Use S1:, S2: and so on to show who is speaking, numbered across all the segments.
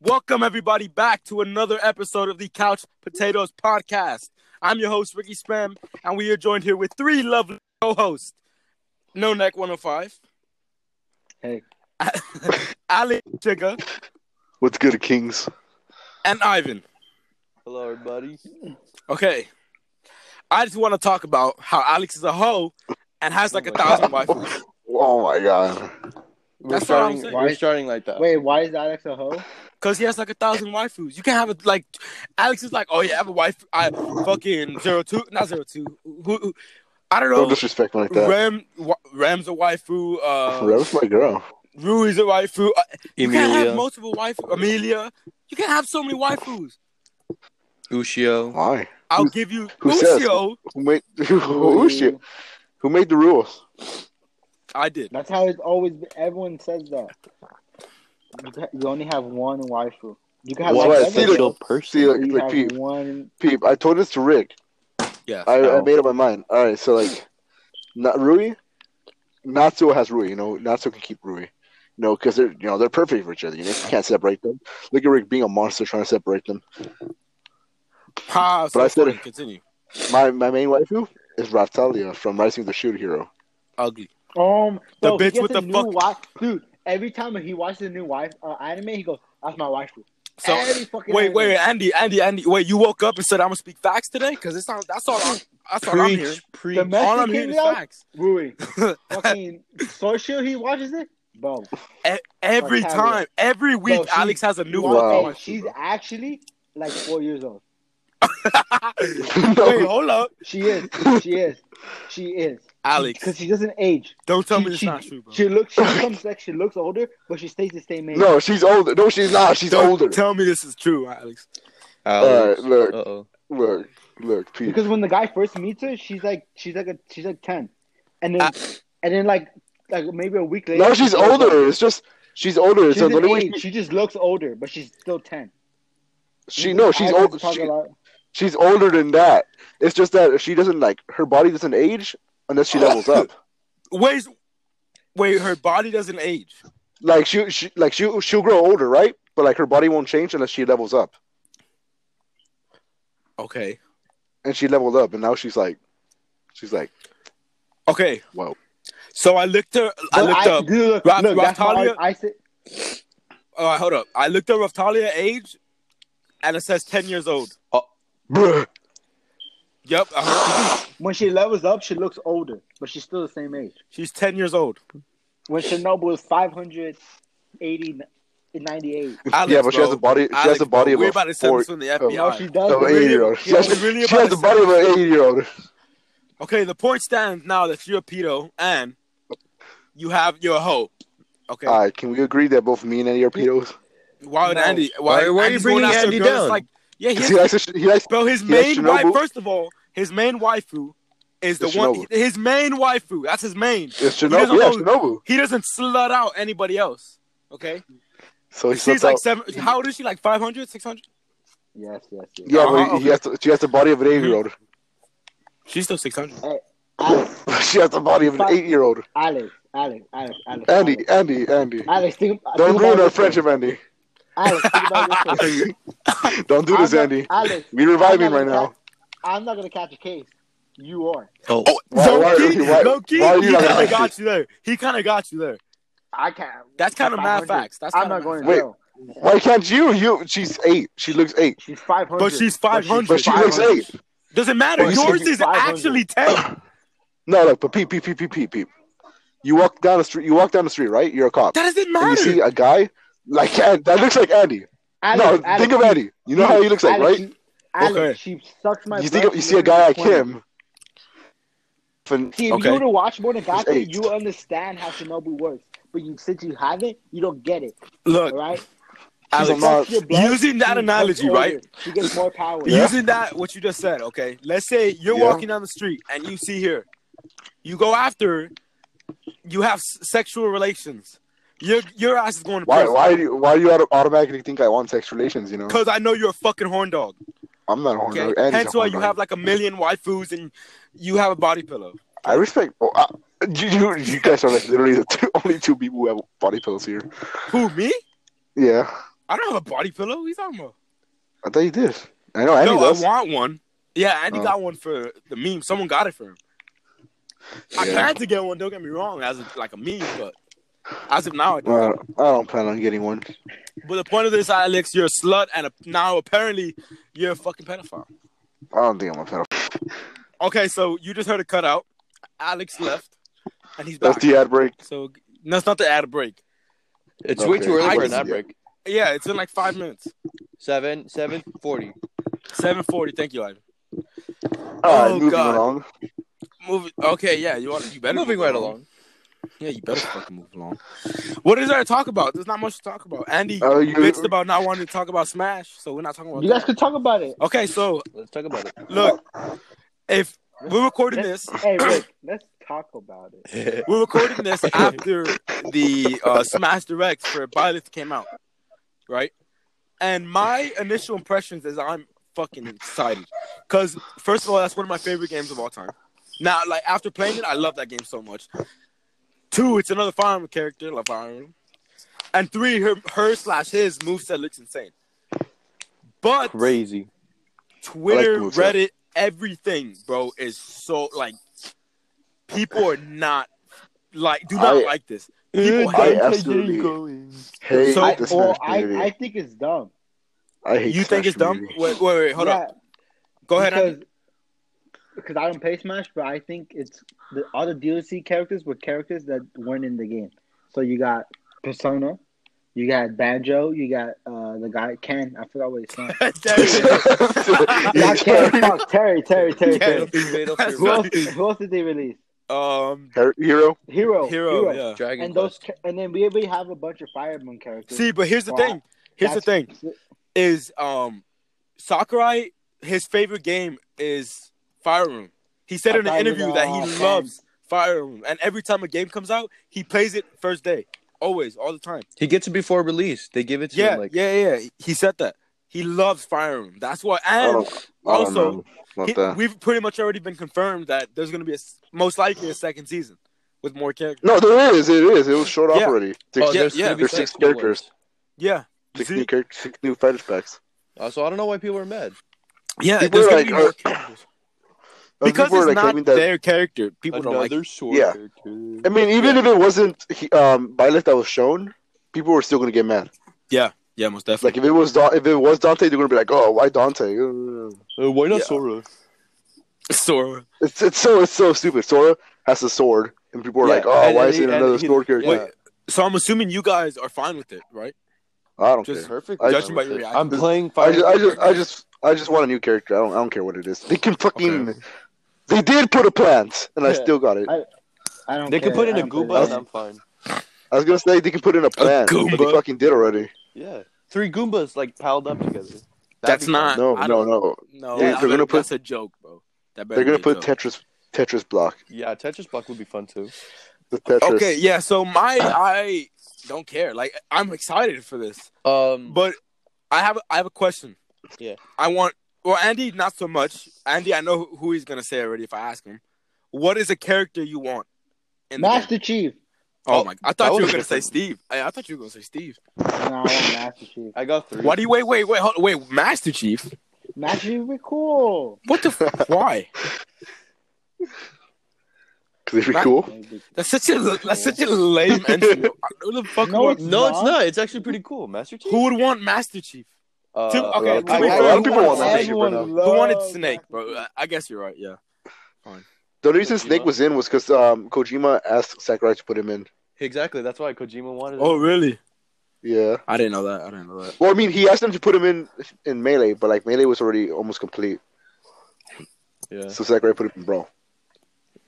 S1: Welcome, everybody, back to another episode of the Couch Potatoes Podcast. I'm your host, Ricky Spam, and we are joined here with three lovely co hosts No Neck 105.
S2: Hey.
S1: Ali Chigga
S3: What's good, Kings?
S1: and Ivan.
S2: Hello, everybody.
S1: Okay. I just want to talk about how Alex is a hoe and has like a thousand wives.
S3: Oh my god.
S2: We're
S1: That's what I'm
S2: starting,
S1: saying.
S2: we're starting like
S1: Uh,
S2: that.
S4: Wait, why is Alex a hoe?
S1: Cause he has like a thousand waifus. You can have it like Alex is like, oh yeah, I have a wife. I fucking zero two, not zero two. Who, who- I don't
S3: Don't
S1: know.
S3: disrespect me like that.
S1: Ram Wa- Ram's a waifu. Uh,
S3: Rev's my girl.
S1: Rui's a waifu. Uh, you can have
S2: Emilia,
S1: multiple waifus. Amelia, you can have so many waifus.
S2: Ushio.
S3: Why?
S1: I'll
S3: Who-
S1: give you
S3: who says?
S1: Lucio.
S3: Who made who, who, is she? who made the rules?
S1: I did.
S4: That's how it's always been. Everyone says that. You, ca- you only have one waifu. You can have
S3: Well,
S4: like
S3: I see
S4: seven,
S3: the- See,
S2: person.
S4: but
S3: like,
S4: you
S3: like
S4: have
S3: Peep,
S4: one.
S3: Peep, I told this to Rick.
S1: Yeah.
S3: I, I
S2: Oh.
S3: made up my mind. All right, so like, not Rui, Natsuo has Rui. You know, Natsuo can keep Rui. You know, because they're you know they're perfect for each other. You, know, you can't separate them. Look at Rick being a monster trying to separate them.
S1: Ah, so
S3: But I said-
S1: funny. continue.
S3: My my main waifu is Ratalia from Rising the Shield Hero.
S1: Ugly.
S4: Um,
S1: The
S4: bro, he
S1: bitch
S4: gets
S1: with
S4: a
S1: the
S4: new
S1: fuck-
S4: wife- dude. Every time he watches a new wife uh, anime, he goes, "That's my waifu."
S1: So
S4: every fucking
S1: wait,
S4: anime.
S1: wait, Andy, Andy, Andy. Wait, you woke up and said I'm gonna speak facts today? Cause it's not. That's all. I'm, that's all I'm here.
S2: Preach, preach.
S4: The
S1: All I'm hearing
S4: Mexican
S1: is
S4: though?
S1: facts.
S4: Rui, fucking social. He watches it, bro.
S1: E- every
S4: Like,
S1: time,
S4: Harriet.
S1: every week,
S4: she-
S1: Alex has a new
S3: Wow.
S1: one.
S4: Hey, she's actually like four years old.
S1: Wait,
S3: no,
S1: hold up,
S4: She is. She is. She is.
S1: Alex.
S4: Because she doesn't age.
S1: Don't tell
S4: she,
S1: me it's
S4: she-
S1: not true, bro.
S4: She looks. She comes like she looks older, but she stays the same age.
S3: no, she's older. No, she's not. She's
S1: Don't
S3: older.
S1: Tell me this is true, Alex.
S3: Alright, look.
S2: Uh-oh.
S3: Look, look, Pete.
S4: because when the guy first meets her, she's like she's like a she's like ten, and then
S1: Ah.
S4: and then like like maybe a week later.
S3: No, she's older. It's just she's older.
S4: She's
S3: so the
S4: an
S3: only way
S4: age. She just looks older, but she's still ten.
S3: she no, Oh, she's
S4: Ivan's
S3: old.
S4: talking
S3: She,
S4: about-
S3: she's older than that. It's just that she doesn't like her body doesn't age unless she levels up.
S1: Wait, wait, her body doesn't age.
S3: Like she, she like she she'll grow older, right? But like her body won't change unless she levels up.
S1: Okay,
S3: And she leveled up, and now she's like, she's like,
S1: okay.
S3: Whoa.
S1: So I looked her. I
S4: Well,
S1: looked up.
S4: dude, look,
S1: Raf-
S4: look, that's how
S1: Raftalia-
S4: I, I said.
S1: All right, hold up. I looked up Raftalia age, and it says ten years old.
S3: bruh.
S1: Yep, I heard-
S4: When she levels up, she looks older, but she's still the same age.
S1: she's ten years old.
S4: When Chernobyl was 580, 98.
S1: Alex,
S3: yeah, but she has
S1: bro.
S3: a body. She
S1: Alex,
S3: has a Oh, body
S1: bro, We're
S3: of
S1: about
S3: a
S1: to send
S3: four,
S1: this on the
S4: No,
S1: FBI.
S4: she
S3: of an
S4: does.
S3: eight year old. She
S1: Yo,
S3: has,
S1: we really
S3: she
S1: about
S3: has
S1: to
S3: the body of an eight year old.
S1: Okay, the point stands now that you're a pedo and you have your hoe. Okay,
S3: All right, can we agree that both me and Andy are pedos?
S1: why would
S4: No.
S1: Andy? Why,
S2: Why- why are you
S1: Andy's
S2: bringing
S1: going after
S2: Andy
S1: girls
S2: down?
S1: Like, yeah, his,
S3: Because he likes. To, sh- he likes.
S1: bro, his
S3: he likes
S1: main wife.
S3: Chernobyl.
S1: First of all, his main waifu is the
S3: It's
S1: one.
S3: Chernobyl.
S1: His main waifu. That's his main.
S3: It's
S1: He doesn't
S3: Chernobyl. Yeah,
S1: know-
S3: Chernobyl.
S1: He doesn't slut out anybody else. Okay,
S3: So he
S1: she's
S3: slipped
S1: like
S3: out.
S1: seven. How old is she? Like 500, 600?
S4: Yes, yes, yes.
S3: Yeah, but
S1: Uh-huh,
S3: he, he has to, she has the body of an eight year old.
S1: She's still six hundred.
S4: Alex,
S3: she has the body of an
S4: Fuck.
S3: eight year old.
S4: Alex, Alex, Alex, Alex.
S3: Andy, Andy, Andy.
S4: Alex, think,
S3: Don't
S4: think
S3: ruin
S4: about
S3: our
S4: this thing.
S3: friendship, Andy.
S4: Alex, think about this. thing.
S3: Don't do
S4: I'm
S3: this,
S4: not-
S3: Andy.
S4: Alex,
S3: We're reviving
S4: I'm not
S3: right
S4: gonna
S3: now.
S4: catch- I'm not gonna catch a case. You are.
S2: Oh.
S1: Oh,
S3: Why-
S1: low
S3: why-
S1: key,
S3: why-
S1: low key,
S3: why are you
S1: he
S3: not
S1: kind of
S3: like
S1: got you there. He kind of got you there.
S4: I can't.
S1: That's kind of mad
S4: 500.
S1: facts. That's
S4: I'm
S1: kinda
S4: not
S1: mad
S4: going to
S1: facts.
S3: Wait.
S4: jail.
S3: Why can't you? You, she's eight. She looks eight,
S4: She's 500.
S1: But she's 500.
S3: but she looks
S4: 500.
S3: eight.
S1: Doesn't matter.
S3: Well, you
S1: Yours
S4: said
S1: is
S4: 500.
S1: actually ten.
S3: No, look, but peep, peep, peep, peep, peep, peep. You walk down the street. You walk down the street, right? You're a cop,
S1: That doesn't
S3: and you
S1: matter.
S3: see uh, a guy like Andy, that looks like Andy.
S4: Alex,
S3: no,
S4: Alex,
S3: think of Andy. You know how he looks like,
S4: Alex,
S3: right?
S4: She, Alex,
S1: Okay.
S4: she sucks my
S3: You
S4: blood.
S3: think of, you
S4: She
S3: see a
S4: lives
S3: guy
S4: in
S3: like
S4: 20.
S3: him. Fin-
S4: See, if
S1: Okay.
S4: you were to watch more than
S3: She's
S4: Gotcha,
S3: eight.
S4: you understand how Shinobu works. But you, since you haven't, you don't get it,
S1: Look,
S4: all right? She
S1: Alex,
S3: She's a
S4: sucks your blood,
S1: using that
S4: she
S1: analogy,
S4: becomes
S1: right?
S4: older, She gets more power.
S3: Yeah.
S1: using that what you just said, okay. Let's say you're
S3: Yeah.
S1: walking down the street and you see her, you go after, her, you have s- sexual relations. Your your ass is going to
S3: Why?
S1: prison
S3: Why do you? Why do you auto- automatically think I want sex relations? You know,
S1: because I know you're a fucking horn dog.
S3: I'm not a horn
S1: Okay,
S3: dog. Andy's a
S1: hence why
S3: horn
S1: you
S3: dog.
S1: have like a million waifus and you have a body pillow.
S3: I respect. Oh, I, you, you you guys are like literally the two, only two people who have body pills here.
S1: Who me?
S3: Yeah,
S1: I don't have a body pillow. What are you talking about?
S3: I thought you did. I know Andy
S1: no,
S3: does.
S1: I want one. Yeah, Andy
S3: Oh.
S1: got one for the meme. Someone got it for him. I
S3: Yeah.
S1: planned to get one. Don't get me wrong, as a, like a meme, but as of now, I don't.
S3: Well, Uh, I don't plan on getting one.
S1: But the point of this, Alex, you're a slut, and a, now apparently you're a fucking pedophile.
S3: I don't think I'm a pedophile.
S1: Okay, so you just heard a cutout. Alex left, and he's
S3: That's
S1: back.
S3: the ad break.
S1: So no, it's not the ad break.
S2: It's way
S3: Okay.
S2: too early
S1: I
S2: for an
S1: just-
S2: ad break.
S1: Yeah, it's in like five minutes.
S2: Seven, seven forty.
S1: Seven forty. Thank you, Ivan.
S3: All right,
S1: Oh,
S3: moving
S1: God.
S3: along.
S1: Moving. Okay, yeah, you want you better
S2: Moving
S1: move
S2: right along.
S1: Yeah, you better fucking move along. What is there to talk about? There's not much to talk about. Andy
S3: Oh, you,
S1: bitched about not wanting to talk about Smash, so we're not talking about.
S4: Uh, You guys
S1: that.
S4: could talk about it.
S1: Okay, so
S2: Let's talk about
S1: look, if we're recording
S4: Let's-
S1: this,
S4: Hey, Rick, let's talk about it.
S2: it.
S1: we're recording this after the uh, Smash Direct for Byleth came out, right? And my initial impressions is I'm fucking excited because first of all, that's one of my favorite games of all time. Now, like after playing it, I love that game so much. Two, it's another Fire Emblem character, love Fire Emblem. And three, her, her slash his moveset looks insane. But
S2: Crazy.
S1: Twitter,
S3: moveset.
S1: Reddit, everything, bro, is so like people are not like do not
S3: I-
S1: like this. People
S3: I
S1: hate-
S3: absolutely
S1: So-
S3: hate so,
S4: I,
S3: the
S4: well,
S3: Smash
S4: oh, I,
S3: community.
S4: I think it's dumb.
S3: I hate
S1: you think
S3: Smash
S1: it's dumb?
S3: community.
S1: Wait, wait, wait, hold
S4: yeah,
S1: up. Go ahead.
S4: because,
S1: Andy.
S4: because I don't play Smash, but I think it's the, all the DLC characters were characters that weren't in the game. So you got Persona, you got Banjo, you got uh, the guy Ken. I forgot what his name.
S1: There you go.
S4: Not Ken. Fuck Terry, Terry, Terry, Terry.
S1: That's
S4: Who else,
S1: right.
S4: who else did they release?
S1: Um,
S3: Her- Hero.
S4: Hero.
S1: hero. Yeah.
S2: Dragon
S4: And those, cha- and then we we have a bunch of Fire Emblem characters.
S1: See, but here's the thing. Here's the thing.
S4: That's-
S1: Is um, Sakurai his favorite game is Fire Room. He said in an
S4: Fire Emblem,
S1: interview that
S4: uh,
S1: he
S4: fan.
S1: loves Fire Room, and every time a game comes out, he plays it first day, always, all the time.
S2: He gets it before release. They give it to
S1: Yeah,
S2: him like
S1: yeah, yeah. He- He said that. He loves Fire Emblem. That's why.
S3: I
S1: And
S3: don't, I don't
S1: also,
S3: know about
S1: he-
S3: Oh, that.
S1: we've pretty much already been confirmed that there's going to be a, s- most likely a second season with more characters.
S3: No, there is. It is. It was short off
S1: Yeah.
S3: already. Six,
S2: Oh,
S1: yeah,
S2: there's
S1: yeah.
S2: gonna be
S3: There's
S2: six
S3: six characters.
S2: ones.
S1: Yeah.
S3: six
S1: See?
S3: new characters, six new fighters packs.
S2: Uh, so I don't know why people are mad.
S1: Yeah,
S3: People
S1: there's
S3: are
S1: going to be
S3: like,
S1: more
S3: uh,
S1: characters.
S3: Other
S1: Because
S3: people are,
S1: it's
S3: like,
S1: not
S3: claiming that-
S1: their character, people don't like it.
S2: short
S3: Yeah. I mean, even if it wasn't he, um, Violet that was shown, people were still gonna get mad.
S1: Yeah, most
S3: Like
S1: definitely.
S3: if it was da- if it was Dante, they're gonna be like, "Oh, why Dante?" Uh,
S2: why
S1: not
S2: not
S1: Yeah.
S2: Sora?
S1: Sora.
S3: It's it's so it's so stupid. Sora has a sword, and people are
S2: Yeah,
S3: like, "Oh,
S2: and
S3: why
S2: then
S3: is it
S2: he- and
S3: another
S2: he-
S3: sword character?"
S2: yeah.
S1: So I'm assuming you guys are fine with it, right?
S3: I don't
S1: Just
S3: care.
S2: Perfect.
S3: I-
S1: Judging by your reaction.
S2: I'm playing
S3: I
S2: Fire.
S3: just, I just I just I just want a new character. I don't I don't care what it is. They can fucking they did put a plant, and I
S2: Yeah.
S3: still got it. I,
S4: I- I don't
S2: They
S4: care.
S2: could put in
S4: I
S2: a
S4: don't play
S2: Goomba,
S4: that
S2: and
S4: game.
S2: I'm fine.
S3: was gonna say they can put in a plant, but they
S1: Goomba.
S3: fucking did already.
S2: Yeah, three Goombas like piled up together. That'd
S1: That's
S2: be
S1: not.
S3: No,
S1: I
S3: no,
S1: don't,
S3: no.
S1: no.
S3: Yeah,
S1: that
S3: they're gonna
S1: better- that's
S3: put-
S1: a joke, bro. That better
S3: They're gonna
S1: be a
S3: put
S1: joke.
S3: Tetris Tetris block.
S2: fun. Yeah, Tetris block would be fun too.
S3: The Tetris.
S1: Okay, yeah. So my I don't care. Like I'm excited for this,
S2: Um,
S1: but I have I have a question.
S2: Yeah.
S1: I want well Andy not so much. Andy, I know who he's gonna say already if I ask him. What is a character you want? in the game?
S4: Master Chief.
S1: oh my! I thought you
S2: was
S1: were gonna say
S2: different.
S1: Steve. I, I thought you were gonna say Steve.
S4: No, I want Master Chief.
S2: I got three.
S1: Why do you wait? Wait! Wait! Hold, wait! Master Chief.
S4: Master Chief would be cool.
S1: What the? f- Why?
S3: could it be
S1: Right.
S3: cool?
S1: That's such a that's such a lame answer. Who the fuck
S4: No,
S1: would want,
S4: it's-
S2: No, it's
S4: Not?
S2: not. It's actually pretty cool. Master Chief.
S1: Who would want Master Chief?
S2: Uh,
S1: Two-
S3: a lot
S1: okay,
S3: of
S1: to be
S3: people-
S1: fair,
S3: a lot of
S1: who
S3: people want
S1: wants-
S3: Master Chief right
S4: Everyone
S3: now.
S1: Who wanted
S4: loves
S1: Snake,
S4: Master
S1: bro?
S4: Chief.
S1: I- I guess you're right. Yeah.
S3: The reason Snake was in was because um, Kojima asked Sakurai to put him in.
S2: Exactly. That's why Kojima wanted.
S3: Oh,
S2: it.
S1: really?
S3: Yeah.
S1: I didn't know that. I didn't know that.
S3: Well, I mean, he asked them to put him in in melee, but like melee was already almost complete,
S2: yeah.
S3: so Sakurai put him in brawl.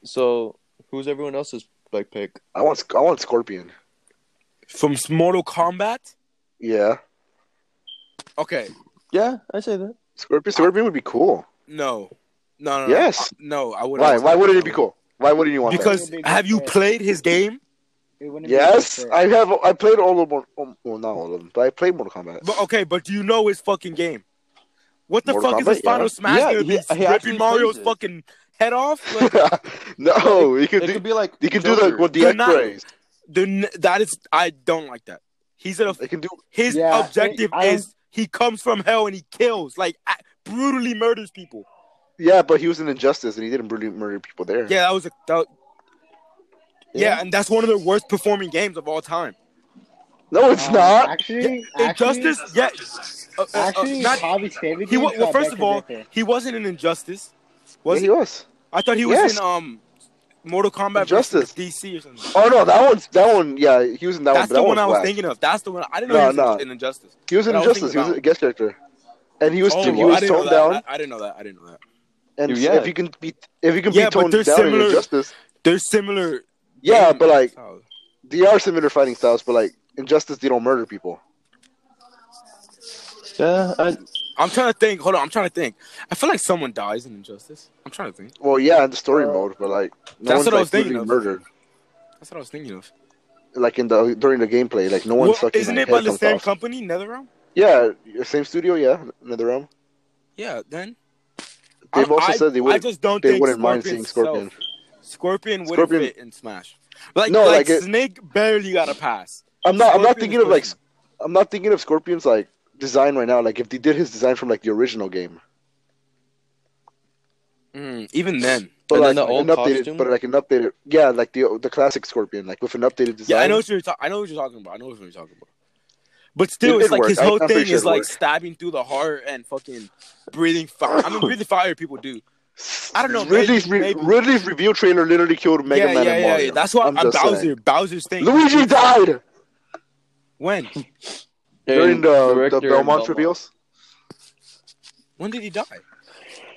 S2: So who's everyone else's like pick?
S3: I want Sc- I want Scorpion.
S1: From Mortal Kombat.
S3: Yeah,
S1: Okay.
S2: Yeah, I say that.
S3: Scorpion. Scorpion would be cool.
S1: No. No. no, no. Uh,
S3: Yes.
S1: I- no. I wouldn't.
S3: Why? Why wouldn't it be cool? Why wouldn't you want
S1: Because
S4: That would be
S1: have you
S4: good.
S1: played his game?
S4: It wouldn't
S3: that?
S4: be Um,
S3: Yes,
S4: fair.
S3: I have. I played all of Mortal. um, Well, not all of them, but I played Mortal Kombat.
S1: But okay. But do you know his fucking game? What the
S3: Mortal
S1: fuck is
S3: Kombat,
S1: his final
S3: yeah.
S1: smash
S2: Yeah,
S1: gonna
S2: he-
S1: be?
S2: he actually
S1: ripping Mario's
S2: plays it.
S1: fucking head off? Like,
S3: no, you could
S2: It
S3: do.
S2: could be like
S3: You could do the with the
S1: You're not-
S3: X-rays.
S1: the, that is, I don't like that. He's a
S3: They can do
S1: his
S4: Yeah,
S1: objective
S4: I- I
S1: is he comes from hell and he kills, like a- brutally murders people.
S3: yeah, but he was an injustice and he didn't really murder people there.
S1: Yeah, that was a that, yeah, and that's one of the worst performing games of all time.
S3: No, it's
S4: Um,
S3: not.
S4: Actually,
S1: Injustice,
S4: Actually,
S1: yeah, uh, uh, uh,
S4: actually
S1: not-
S4: Javi Savic
S1: he wa-
S4: did
S1: well,
S4: got
S1: first
S4: back
S1: of all,
S4: to back there.
S1: he wasn't an injustice.
S3: Yeah,
S1: Was
S3: he was.
S1: I thought he was
S3: Yes.
S1: in um Mortal Kombat versus
S3: Injustice.
S1: DC or something.
S3: Oh no, that one's that one. Yeah, he was in that
S1: That's the one
S3: one. But that
S1: I was
S3: whack.
S1: thinking of. That's the one I didn't
S3: No,
S1: know he
S3: no.
S1: was in Injustice.
S3: He was in
S1: that I was thinking
S3: Injustice. He was
S1: about.
S3: a guest character, and he was
S1: Oh,
S3: he
S1: well, I
S3: was
S1: didn't know
S3: toned
S1: that.
S3: down.
S1: I, I didn't know that. I didn't know that.
S3: And
S2: Yeah.
S3: if you can be if you can
S1: Yeah,
S3: be
S1: but
S3: toned
S1: they're
S3: down in
S1: similar-
S3: Injustice,
S1: They're similar.
S3: yeah.
S1: game
S3: But like
S1: styles.
S3: they are similar fighting styles, but like Injustice, they don't murder people.
S2: Yeah, I,
S1: I'm trying to think. Hold on, I'm trying to think. I feel like someone dies in Injustice. I'm trying to think.
S3: Well, yeah, in the story
S4: Uh,
S3: mode, but like no
S1: that's
S3: one's
S1: what I was
S3: like
S1: thinking
S3: brutally
S1: of.
S3: murdered.
S1: That's what I was thinking of.
S3: Like in the during the gameplay, like no
S1: Well,
S3: one's fucking.
S1: isn't
S3: like,
S1: it by
S3: head
S1: the
S3: comes
S1: same
S3: off.
S1: company, NetherRealm?
S3: Yeah, same studio. Yeah, NetherRealm.
S1: Yeah, then.
S3: They've
S1: I,
S3: also
S1: I-
S3: said they
S1: I
S3: wouldn't.
S1: just don't
S3: They
S1: think
S3: wouldn't mind seeing
S1: Scorpion's
S3: Scorpion.
S1: self- Scorpion wouldn't
S3: Scorpion-
S1: fit in Smash. Like,
S3: No,
S1: like,
S3: like it-
S1: Snake barely got a pass.
S3: I'm not. I'm not
S1: Scorpion
S3: thinking
S1: is
S3: of like.
S1: pushing.
S3: I'm not thinking of Scorpion's like design right now. Like if they did his design from like the original game,
S1: Mm, even then.
S3: but
S2: And
S3: like
S2: then the
S3: an
S2: old
S3: updated,
S2: costume?
S3: but like an updated, yeah, like the the classic Scorpion, like with an updated design.
S1: Yeah, I know what you're. Ta- I know what you're talking about. I know what you're talking about. But still,
S3: It
S1: it's
S3: did
S1: like
S3: work.
S1: his
S3: I-
S1: whole
S3: I'm pretty
S1: thing
S3: sure
S1: is
S3: it
S1: like
S3: worked.
S1: stabbing through the heart and fucking breathing fire. I mean, breathing fire people do. I don't know,
S3: Ridley's
S1: maybe-
S3: re-
S1: maybe.
S3: Ridley's review trailer literally killed Mega
S1: yeah,
S3: Man
S1: yeah,
S3: and
S1: yeah,
S3: Mario.
S1: yeah. That's why I'm,
S3: just
S1: Bowser.
S3: saying.
S1: Bowser's thing.
S3: Luigi died
S1: When?
S3: during
S2: and
S3: the,
S2: director
S3: the
S2: and
S3: Belmont reveals.
S1: When did he die?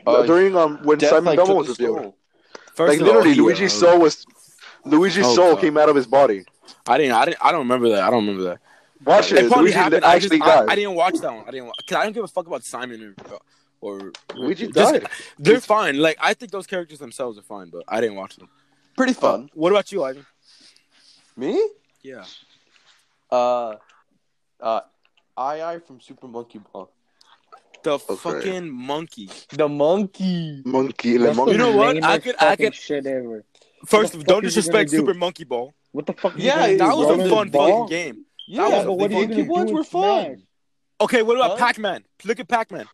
S2: Uh,
S3: during um when
S2: Death,
S3: Simon
S2: like,
S3: Belmont
S2: took
S3: was
S2: his
S3: revealed,
S2: soul.
S1: First
S3: like
S1: of all,
S3: literally
S1: he, uh,
S3: Luigi's soul was Luigi's
S1: Oh,
S3: soul
S1: God.
S3: came out of his body.
S1: I didn't. I didn't. I don't remember that. I don't remember that.
S3: Watch
S1: It
S3: it.
S1: probably
S3: Luigi
S1: happened. I just.
S3: actually
S1: I, I
S3: died.
S1: didn't watch that one. I didn't. wa- Cause I don't give a fuck about Simon or. or
S3: Luigi
S1: just-
S3: died.
S1: They're fine. Like I think those characters themselves are fine, but I didn't watch them.
S2: Pretty
S1: Uh,
S2: fun.
S1: what about you, Ivan?
S2: Me?
S1: Yeah.
S2: Uh, uh, I I from Super Monkey Ball.
S1: The
S3: Okay.
S1: fucking monkey.
S2: The monkey.
S3: Monkey, le
S4: That's
S3: monkey.
S1: You
S4: the
S1: know what? I
S4: lamest
S1: could- I
S4: fucking
S1: could-
S4: Shit ever.
S1: First
S4: the
S1: of all,
S4: fuck
S1: don't
S4: is he gonna
S1: disrespect
S4: do?
S1: Super Monkey Ball.
S4: What the fuck?
S2: Yeah,
S4: you gonna
S2: it-
S1: That
S4: do?
S1: was
S4: Roll
S1: a
S4: the
S1: fun
S4: ball?
S1: fucking game.
S2: Yeah,
S1: was
S4: but what
S2: the
S4: are you
S2: monkey
S4: gonna do?
S2: ones
S4: with
S2: were fun.
S4: Smash?
S1: Okay, what about
S2: Huh?
S1: Pac-Man? Look at Pac-Man.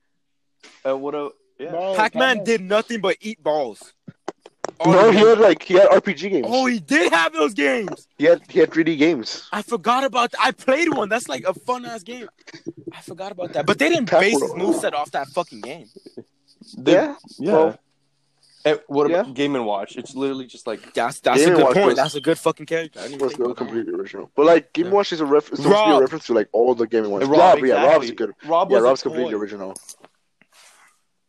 S2: And Uh, what a yeah.
S4: Bro,
S1: Pac-Man
S4: Pac-Man.
S1: did nothing but eat balls. Oh,
S3: No, he
S1: he
S3: had like he had RPG games.
S1: oh, he did have those games.
S3: He had he had 3D games.
S1: I forgot about. That. I played one. That's like a fun ass game. I forgot about that. But they didn't
S3: Pac-
S1: base his moveset off that fucking game.
S2: They-
S3: yeah,
S2: yeah.
S3: well-
S2: and what about
S3: Yeah.
S2: Game and Watch? It's literally just like
S1: That's that's
S3: They
S1: a
S3: didn't
S1: good
S3: watch
S1: point.
S3: those.
S1: That's a good fucking character. I didn't
S3: was
S1: think
S3: the
S1: about that one.
S3: completely original. But like Game
S1: Yeah.
S3: Watch is a ref- is supposed to be
S1: Rob.
S3: a reference to like all the Game Watch.
S2: Rob.
S3: Rob, yeah,
S2: exactly.
S3: Rob's good.
S2: Rob
S3: Yeah,
S2: was a
S3: Rob's
S2: toy.
S3: completely original.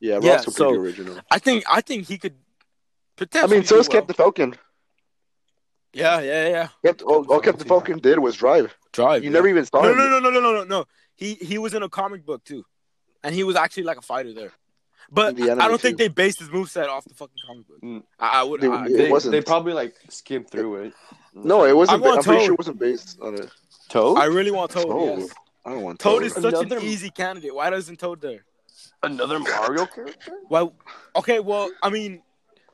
S3: Yeah, Rob's
S1: Yeah,
S3: completely
S1: so-
S3: original.
S1: I think I think he could
S3: I
S1: potentially.
S3: mean, so
S1: do
S3: is
S1: well.
S3: Captain Falcon.
S1: Yeah, yeah, yeah.
S3: Kept, all, all Captain Falcon did was drive.
S1: Drive.
S3: You
S1: yeah.
S3: never even saw
S1: No,
S3: him.
S1: no, no, no, no, no, no, no. He he was in a comic book too, and he was actually like a fighter there. But
S3: In the
S1: I
S3: anime,
S1: I don't think
S3: too.
S1: they based his moveset off the fucking comic book.
S2: Mm.
S1: I, I would.
S3: They-
S1: I,
S3: It
S2: They,
S3: wasn't.
S2: they probably like skimmed through it.
S3: No, it wasn't.
S1: I
S3: Ba-
S1: want
S3: I'm pretty
S1: Toad.
S3: sure it wasn't based on it.
S2: Toad.
S1: I really want Toad.
S3: Toad.
S1: Yes.
S3: I don't want
S1: Toad is such
S2: Another-
S1: an easy candidate. Why doesn't Toad there?
S2: Another Mario character?
S1: Why? Okay, well, I mean,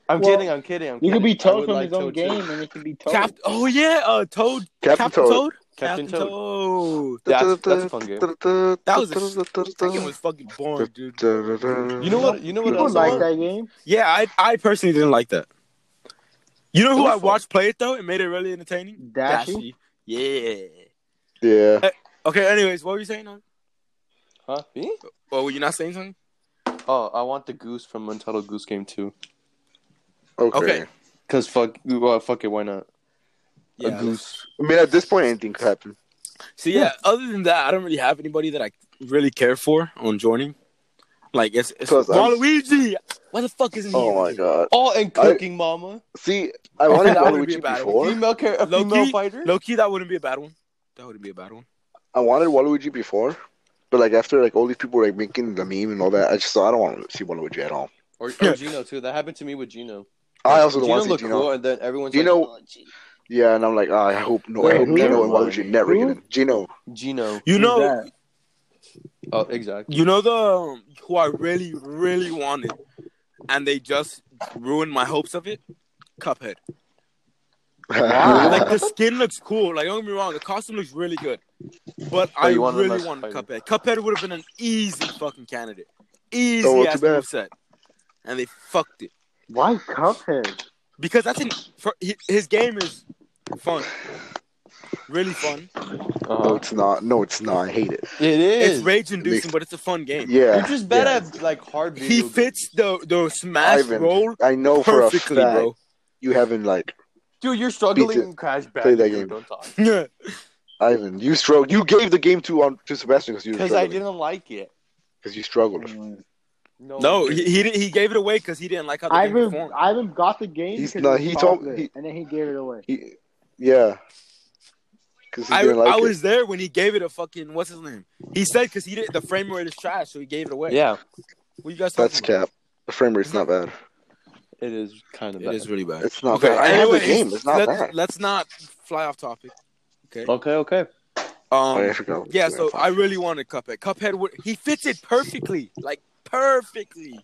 S2: I'm
S4: Well,
S2: kidding. I'm kidding. I'm
S4: You
S2: kidding.
S4: could be
S2: I
S4: told
S2: would
S4: from
S2: like
S4: his own
S2: Toad too.
S4: game, and it could be told.
S1: Cap. Oh yeah, uh, Toad.
S3: Captain Toad.
S2: Captain Toad.
S1: Toad.
S2: That's- that's a fun game.
S1: That was a, that game was fucking boring, dude.
S2: You know what? You know what
S4: People
S2: else? I
S4: like
S2: want?
S4: that game.
S1: Yeah, I I personally didn't like that. You know
S2: It
S1: who
S2: was
S1: I
S2: fun.
S1: watched play it though? It made it really entertaining.
S4: Dashy?
S1: Yeah.
S3: Yeah.
S1: Okay. Anyways, what were you saying? Huh?
S2: Huh? Me?
S1: Well, were you not saying something?
S2: Oh, I want the goose from Untitled Goose Game too.
S3: Okay.
S1: Okay.
S2: Cause fuck, well, fuck it, why not?
S1: Yeah.
S2: a goose.
S3: I mean, at this point, anything could happen.
S1: So yeah, other than that, I don't really have anybody that I really care for on joining. Like it's, it's
S3: Plus, I'm-
S1: Waluigi. Why the fuck isn't he?
S3: Oh
S1: in
S3: my
S1: it?
S3: god.
S2: Oh, and
S3: I-
S2: cooking mama,
S3: See, I wanted
S1: That would be
S3: Waluigi
S1: bad.
S3: before.
S2: female char- a
S1: Low
S2: female
S1: key-
S2: fighter.
S1: Low key, that wouldn't be a bad one. That wouldn't be a bad one.
S3: I wanted Waluigi before, but like after like all these people were like making the meme and all that, I just thought I don't want to see Waluigi at all.
S2: Or, or Gino too. That happened to me with Gino.
S3: I also don't
S2: Gino
S3: want to see
S2: looked
S3: Gino.
S2: cool, and then everyone's
S3: Gino-
S2: like, oh, G-
S3: Yeah, and I'm like, ah, I hope no, I
S4: Wait,
S3: hope
S4: who?
S3: Gino and Waluigi never
S4: Who?
S3: get in. Gino,
S2: Gino.
S1: You
S4: Who's
S1: know,
S4: that?
S2: Oh, exactly.
S1: you know the um, who I really, really wanted, and they just ruined my hopes of it. Cuphead.
S2: Ah.
S1: Like the skin looks cool. Like don't get me wrong, the costume looks really good. But
S2: But
S1: I
S2: Oh, you wanted
S1: really
S2: less
S1: wanted
S2: fighting.
S1: Cuphead. Cuphead would have been an easy fucking candidate. Easy
S3: Oh, well,
S1: ass
S3: too bad.
S1: moveset. And they fucked it.
S4: Why Cuphead?
S1: Because that's in for, he, his game is fun. Really fun.
S3: No,
S2: Uh-huh.
S3: it's not. No, it's not. I hate it.
S2: It
S1: It's
S2: is.
S1: rage inducing, but it's a fun game.
S3: Yeah.
S2: You're just bad
S3: yeah.
S2: at like hard video.
S1: He fits the the smash
S3: Ivan,
S1: roll
S3: I know for a fact
S1: perfectly, bro.
S3: you haven't like
S2: Dude, you're struggling
S3: Beat it.
S2: in Crash
S3: Play
S2: Bandicoot.
S3: that game.
S2: Don't talk.
S1: Yeah.
S3: Ivan. You struggled. You gave the game to on to Sebastian because you
S2: Because I
S3: struggled.
S2: didn't like it.
S3: Because you
S4: Mm.
S3: struggled.
S2: No.
S1: No, he he, didn't- he gave it away because he didn't like how the game
S4: Ivan,
S1: performed.
S4: Ivan got the game.
S3: He's
S4: 'cause
S3: not-
S4: it was
S3: he told-
S4: popular,
S3: he-
S4: and then he gave it away.
S3: He, yeah. Because he
S1: I,
S3: didn't like
S1: I
S3: it.
S1: was there when he gave it a fucking what's his name? He said because he did the frame rate is trash, so he gave it away.
S2: Yeah,
S1: what you guys talking
S3: That's
S1: about?
S3: cap. The frame rate's not bad.
S2: it is kind of
S1: It is really bad.
S3: It's not bad. I have the game. It's not
S1: let's,
S3: bad.
S1: Let's not fly off topic. Okay. Um.
S2: Okay, okay.
S3: Oh, I forgot.
S1: yeah. So I really wanted Cuphead. Cuphead would he fits it perfectly, like perfectly.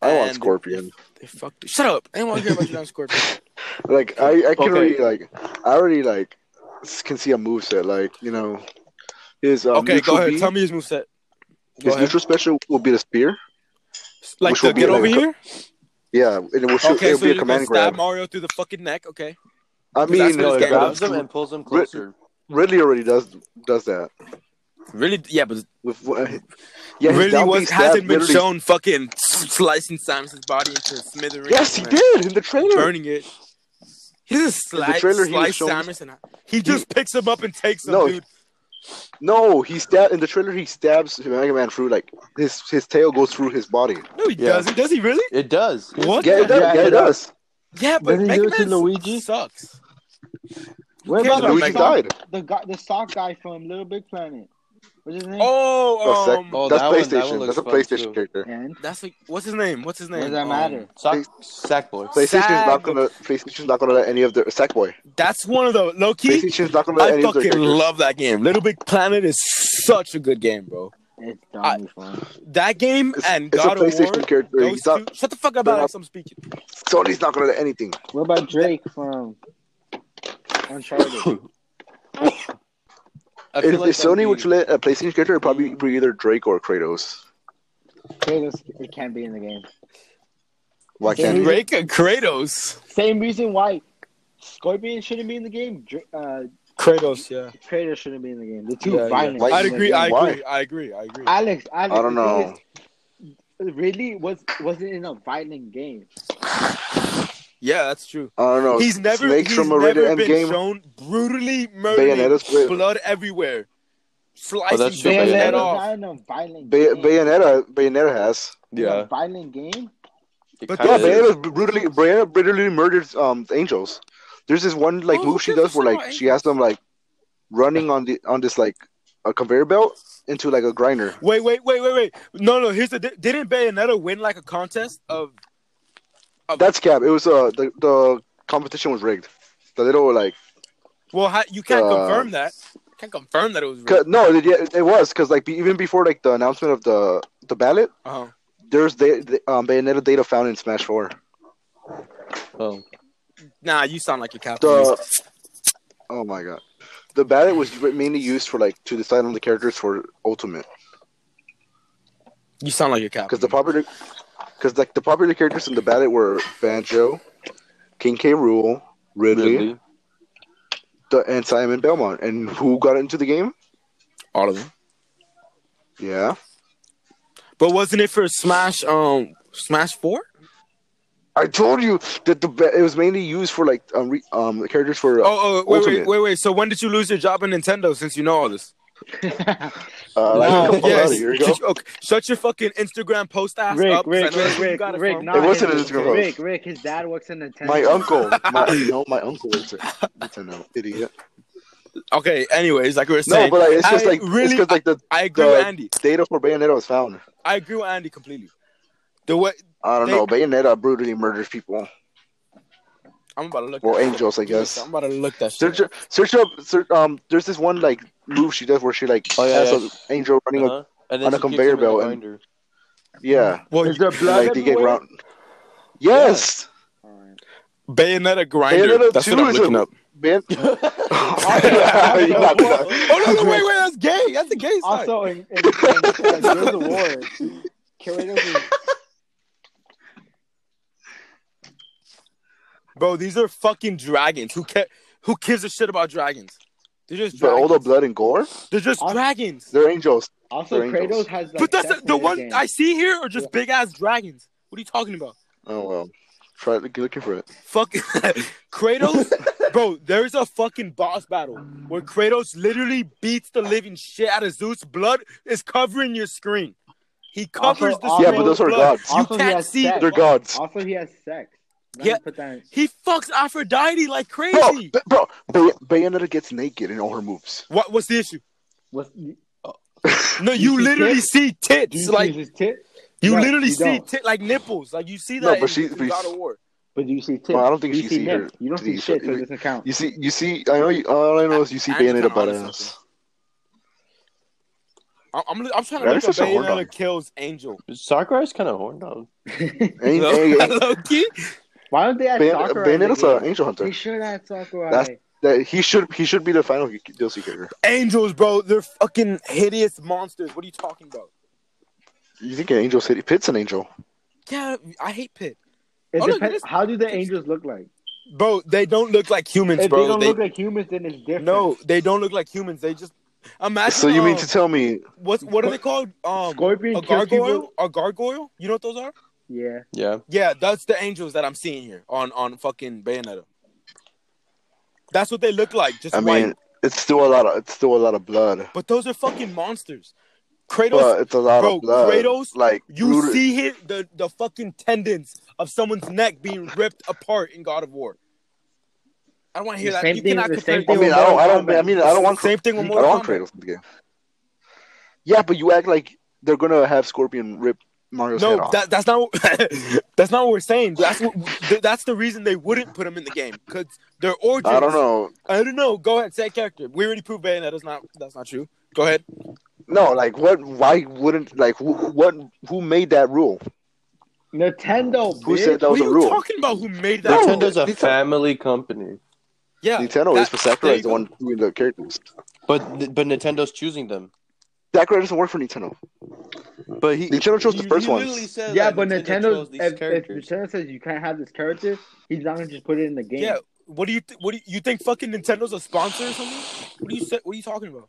S3: I want
S1: And
S3: Scorpion.
S1: They fucked it. Shut up. I don't want to hear about your damn Scorpion.
S3: Like I, I can
S2: Okay.
S3: already like, I already like, s- can see a moveset. Like you know, his um,
S1: okay, go
S3: neutral
S1: ahead.
S3: B-
S1: Tell me his moveset. Go
S3: His
S1: ahead.
S3: neutral special will be the spear.
S1: Like
S3: which
S1: the
S3: will be
S1: get
S3: like
S1: over
S3: a-
S1: here.
S3: Yeah, and it will shoot,
S1: Okay,
S3: it'll
S1: so
S3: be
S1: you
S3: a command
S1: can stab
S3: grab.
S1: Mario through the fucking neck. Okay.
S3: I
S1: that's
S3: mean,
S1: what
S2: No,
S1: it's
S2: it
S1: game.
S2: grabs him and pulls him closer.
S3: Ridley already does does that.
S1: Really? Yeah, but
S3: With uh, yeah, his
S1: really
S3: down B
S1: was
S3: stab
S1: hasn't been
S3: literally-
S1: shown fucking slicing Samus's body into smithereens.
S3: Yes, he
S1: man.
S3: did in the trailer.
S1: burning it. He just
S3: In the
S1: slice,
S3: trailer, he was
S1: slice
S3: showing-
S1: Samus and he just picks him up and takes him,
S3: No,
S1: dude.
S3: No, he stab in the trailer. He stabs Mega Man through like his his tail goes through his body.
S1: No, he
S2: Yeah.
S1: doesn't. Does he really?
S2: It does.
S1: What? the-
S3: Yeah, it does.
S4: Yeah,
S3: Yeah,
S4: it
S3: it does.
S1: Yeah, but
S4: Doesn't he
S1: Mega
S4: do it to
S1: Man
S4: Luigi?
S1: sucks.
S4: What
S1: cares
S4: about
S1: about
S4: the
S3: Luigi
S1: Mega
S4: sock,
S1: Man?
S3: died.
S4: the guy, the sock guy from Little Big Planet? What's his name?
S3: Oh,
S1: Oh,
S3: sec-
S1: um,
S2: Oh,
S3: That's
S2: that one- that
S3: PlayStation.
S2: one
S3: That's
S2: looks
S3: a
S2: fun,
S3: PlayStation
S2: too.
S3: character.
S4: And
S1: that's like what's his name? What's his
S4: what
S1: name?
S4: does that
S1: Um,
S4: matter?
S2: Sack, sack boy.
S3: PlayStation's
S1: Sad,
S3: not
S1: but-
S3: gonna. PlayStation's not gonna let any of the uh, Sackboy.
S1: That's one of the low key.
S3: PlayStation's not gonna let
S1: I
S3: any of their
S1: fucking
S3: characters.
S1: love that game. Little Big Planet is such a good game, bro.
S4: It's
S1: Um, I-
S4: dumb fun.
S1: That game
S3: It's,
S1: and
S3: it's a
S1: God of War.
S3: PlayStation character.
S1: Those
S3: He's not,
S1: two, shut the fuck up,
S3: they're not-
S1: Alex. I'm speaking.
S3: Sony's not gonna let anything.
S4: What about Drake from Uncharted?
S2: I
S3: If,
S2: feel like
S3: if Sony
S2: that'd
S3: would
S2: be-
S3: let a PlayStation character, it'd probably be either Drake or Kratos.
S4: Kratos, it can't be in the game.
S3: Why
S4: Yeah,
S3: can't?
S4: he-
S1: Drake and Kratos.
S4: Same reason why Scorpion shouldn't be in the game. Dra- Uh,
S1: Kratos, yeah.
S4: Kratos shouldn't be in the game. They're too
S1: Yeah, yeah.
S4: violent.
S3: Why-
S1: I'd agree. I
S3: Why?
S1: agree. I agree. I agree.
S4: Alex, Alex,
S3: I don't
S4: the thing
S3: know.
S4: is, Ridley was wasn't in a violent game.
S1: Yeah, that's true.
S3: I don't know.
S1: He's never,
S3: Snakes
S1: he's
S3: from a
S1: never
S3: rated M
S1: been
S3: game.
S1: shown brutally murdering,
S3: Bayonetta's great. Oh,
S1: blood everywhere, slicing
S2: that's true,
S1: your
S2: Bayonetta's
S1: head
S4: Bayonetta's
S1: off.
S4: not in a violent
S3: Bay-
S4: game.
S3: Bayonetta. Bayonetta has.
S4: In
S2: yeah.
S4: a violent game.
S2: It
S1: But
S3: Yeah,
S1: Yeah,
S2: kinda is.
S3: Bayonetta brutally Bayonetta brutally murders um the angels. There's this one like
S1: Oh, who
S3: move she
S1: gives a
S3: does where
S1: shit
S3: like
S1: about
S3: she has them like running on the on this like a conveyor belt into like a grinder.
S1: Wait, wait, wait, wait, wait. No, no. Here's the. di- Didn't Bayonetta win like a contest of?
S3: That's cap. It was uh the the competition was rigged. The little like
S1: Well, how, you can't
S3: Uh,
S1: confirm that. You can't confirm that it was.
S3: c-
S1: Real.
S3: no it, yeah, it was because like be, even before like the announcement of the the ballot,
S1: Uh-huh.
S3: there's the, the um Bayonetta data found in Smash Four.
S2: Oh.
S1: Nah, you sound like a capitalist.
S3: The oh my god, the ballot was mainly used for like to decide on the characters for Ultimate.
S1: You sound like a capitalist.
S3: because the popular because like the popular characters in the ballot were Banjo, King K. Rule, Ridley,
S2: Really?
S3: the- and Simon Belmont. And who got into the game?
S1: All of them.
S3: Yeah,
S1: But wasn't it for Smash? Um, Smash Four.
S3: I told you that the ba- it was mainly used for like um, re- um the characters for
S1: Oh,
S3: uh,
S1: oh wait, wait,
S3: Ultimate.
S1: wait, wait. So when did you lose your job in Nintendo? Since you know all this.
S3: like,
S4: Wow.
S3: come on,
S1: Oh, Yes.
S3: outta here, go.
S1: Okay, Shut your fucking Instagram post ass
S4: Rick,
S1: up. 'cause I
S4: Rick,
S1: know
S4: Rick,
S1: you
S4: Rick,
S1: got a
S4: Rick,
S1: phone.
S4: not
S3: It
S4: him.
S3: wasn't in his control.
S4: Rick, Rick, his dad works in the tent.
S3: My uncle, my no, my uncle works at Nintendo, idiot.
S1: Okay. Anyways, like we were
S3: No,
S1: saying,
S3: but like, it's just
S1: I
S3: like
S1: really-
S3: it's just like the
S1: I agree with Andy.
S3: data for Bayonetta was found.
S1: I agree with Andy completely. The way
S3: I don't
S1: They-
S3: know. Bayonetta brutally murders people,
S1: I'm about to look.
S3: well,
S1: that
S3: angels, I
S1: shit.
S3: guess.
S1: I'm about to look that shit.
S3: Search, search up. Search, um, there's this one like move she does where she like
S2: Oh, yeah,
S3: has
S2: yeah.
S3: an angel running.
S2: Uh-huh. And then
S3: on a
S2: she kicks
S3: conveyor
S2: him in the
S3: belt and-
S2: grinder.
S3: A, yeah.
S1: Well,
S4: Is there
S3: And,
S4: blood
S3: like they get
S4: everywhere?
S3: round. Yes.
S4: Alright.
S1: Bayonetta grinder.
S3: Bayonetta
S1: That's
S3: 2
S1: what I'm
S3: is a-
S1: looking up.
S3: Man,
S1: You
S3: got me there.
S1: Oh no, no, wait, wait, that's gay. That's the gay side.
S4: Also, in, in, in, in Gears of War, curators is
S1: Bro, these are fucking dragons. Who ca- who gives a shit about dragons? They're just
S3: But all
S1: dragons.
S3: the blood and gore,
S1: They're just
S4: Also-
S1: dragons.
S3: they're angels.
S4: Also,
S3: They're angels.
S4: Kratos has like.
S1: but that's
S4: sex
S1: the, the
S4: in his
S1: one
S4: game.
S1: I see here are just big ass dragons. What are you talking about?
S3: Oh well, try look- looking for it.
S1: Fuck Kratos, bro. There's a fucking boss battle where Kratos literally beats the living shit out of Zeus. Blood is covering your screen. He covers
S4: Also-
S1: the
S4: also-
S1: screen.
S3: Yeah, but those
S1: with
S3: are
S1: blood.
S3: gods.
S1: You
S4: Also, he
S1: can't
S4: has
S1: see.
S4: sex.
S3: They're gods,
S4: Also, he has sex. Let
S1: Yeah.
S4: me Put that in.
S1: He fucks Aphrodite like crazy.
S3: bro. b- Bro, Bay- Bayonetta gets naked in all her moves.
S1: What, what's the issue?
S4: What's,
S1: No,
S4: You
S1: you
S4: see
S1: literally
S4: tits?
S1: see
S4: do
S1: tits.
S4: you
S1: Like
S4: see his tit?
S1: You
S4: No,
S1: literally
S4: you
S1: see
S4: don't.
S1: tit like nipples, like you see
S3: No,
S1: that
S3: but
S1: in,
S3: she-
S1: in
S3: but
S1: God
S3: she-
S1: of War.
S4: But do you see tits?
S3: No, I don't think
S4: Do you
S3: she
S4: see
S3: see her
S4: nips? You don't see
S3: titties,
S4: shit,
S3: but
S4: so
S3: it-
S4: it doesn't count.
S3: You see, you see. I know. You, all I know is you see
S1: I- I'm
S3: Bayonetta
S1: kinda
S3: butt
S1: onto
S3: ass.
S1: I- I'm, I'm trying to
S3: That
S1: look
S3: is
S1: up
S3: such a horn
S1: Bayonetta
S3: dog.
S1: kills Angel.
S2: Sakurai's kind of horned up.
S3: Ain't,
S1: No?
S3: ain't, ain't,
S1: Low-key?
S4: Why don't they add
S3: Bayon-
S4: Sakurai? in the
S3: Bayonetta's an
S4: game?
S3: angel
S4: They
S3: hunter.
S4: should add Sakurai.
S3: That's- That he should he should be the final DLC character.
S1: Angels, bro, they're fucking hideous monsters. What are you talking about?
S3: You think an angel city? Pit's an angel.
S1: Yeah, I hate Pit,
S4: It
S1: Oh, look,
S4: depends.
S1: it is-
S4: How do the angels look like?
S1: bro. They don't look like humans,
S4: If
S1: bro.
S4: they don't look like humans, then it's different.
S1: no, they don't look like humans. They just imagine.
S3: So you mean
S1: uh,
S3: to tell me?
S1: what's what are they called? Um,
S4: Scorpion
S1: a
S4: kills
S1: gargoyle.
S4: people.
S1: A gargoyle. You know what those are?
S4: Yeah.
S2: Yeah.
S1: Yeah, that's the angels that I'm seeing here on on fucking Bayonetta. That's what they look like, just
S3: I
S1: white.
S3: mean, it's still a lot of it's still a lot of blood,
S1: But those are fucking monsters. Kratos,
S3: but it's a lot
S1: bro,
S3: of blood.
S1: Kratos,
S3: like
S1: you
S3: brutal-
S1: see here the, the fucking tendons of someone's neck being ripped apart in God of War. I don't want to hear
S4: The
S1: that.
S4: same
S1: you
S4: thing-
S1: cannot
S4: the
S1: compare
S4: same thing
S3: I
S1: God of
S3: mean,
S4: with
S1: War
S3: I don't, I
S1: to
S3: don't. I mean, I don't want.
S1: Same thing with
S3: I don't
S1: Mortal
S3: want
S1: Kombat.
S3: Kratos in the game. Yeah, but you act like they're gonna have Scorpion rip Mario's head
S1: No,
S3: off.
S1: that, that's not what, that's not what we're saying. That's what, th- that's the reason they wouldn't put him in the game because their origins.
S3: I don't know.
S1: I don't know. Go ahead, say a character. We already proved Bayonetta's not. That's not true. Go ahead.
S3: No, like what? Why wouldn't like who, what? Who made that rule?
S4: Nintendo.
S3: Who
S4: bitch.
S3: said that
S1: What
S3: was
S1: are
S3: a
S1: you
S3: rule?
S1: talking about? Who made that?
S3: No.
S1: rule?
S2: Nintendo's a
S3: Nintendo-
S2: family company,
S1: Yeah,
S3: Nintendo
S1: that-
S3: is, but
S1: there
S3: Sakurai
S1: you
S3: is the
S1: go.
S3: one doing the characters.
S2: but but Nintendo's choosing them.
S3: Sakurai doesn't work for Nintendo.
S2: But he
S3: Nintendo chose
S2: he-
S3: the first
S2: he
S3: one.
S2: literally said
S4: Yeah,
S2: that
S4: but
S2: chose
S4: Nintendo.
S2: these
S4: If, if
S2: characters.
S4: Nintendo says you can't have this character, he's not gonna just put it in the game.
S1: Yeah. What do you th- what do you, you think? Fucking Nintendo's a sponsor or something? What do you say? What are you talking about?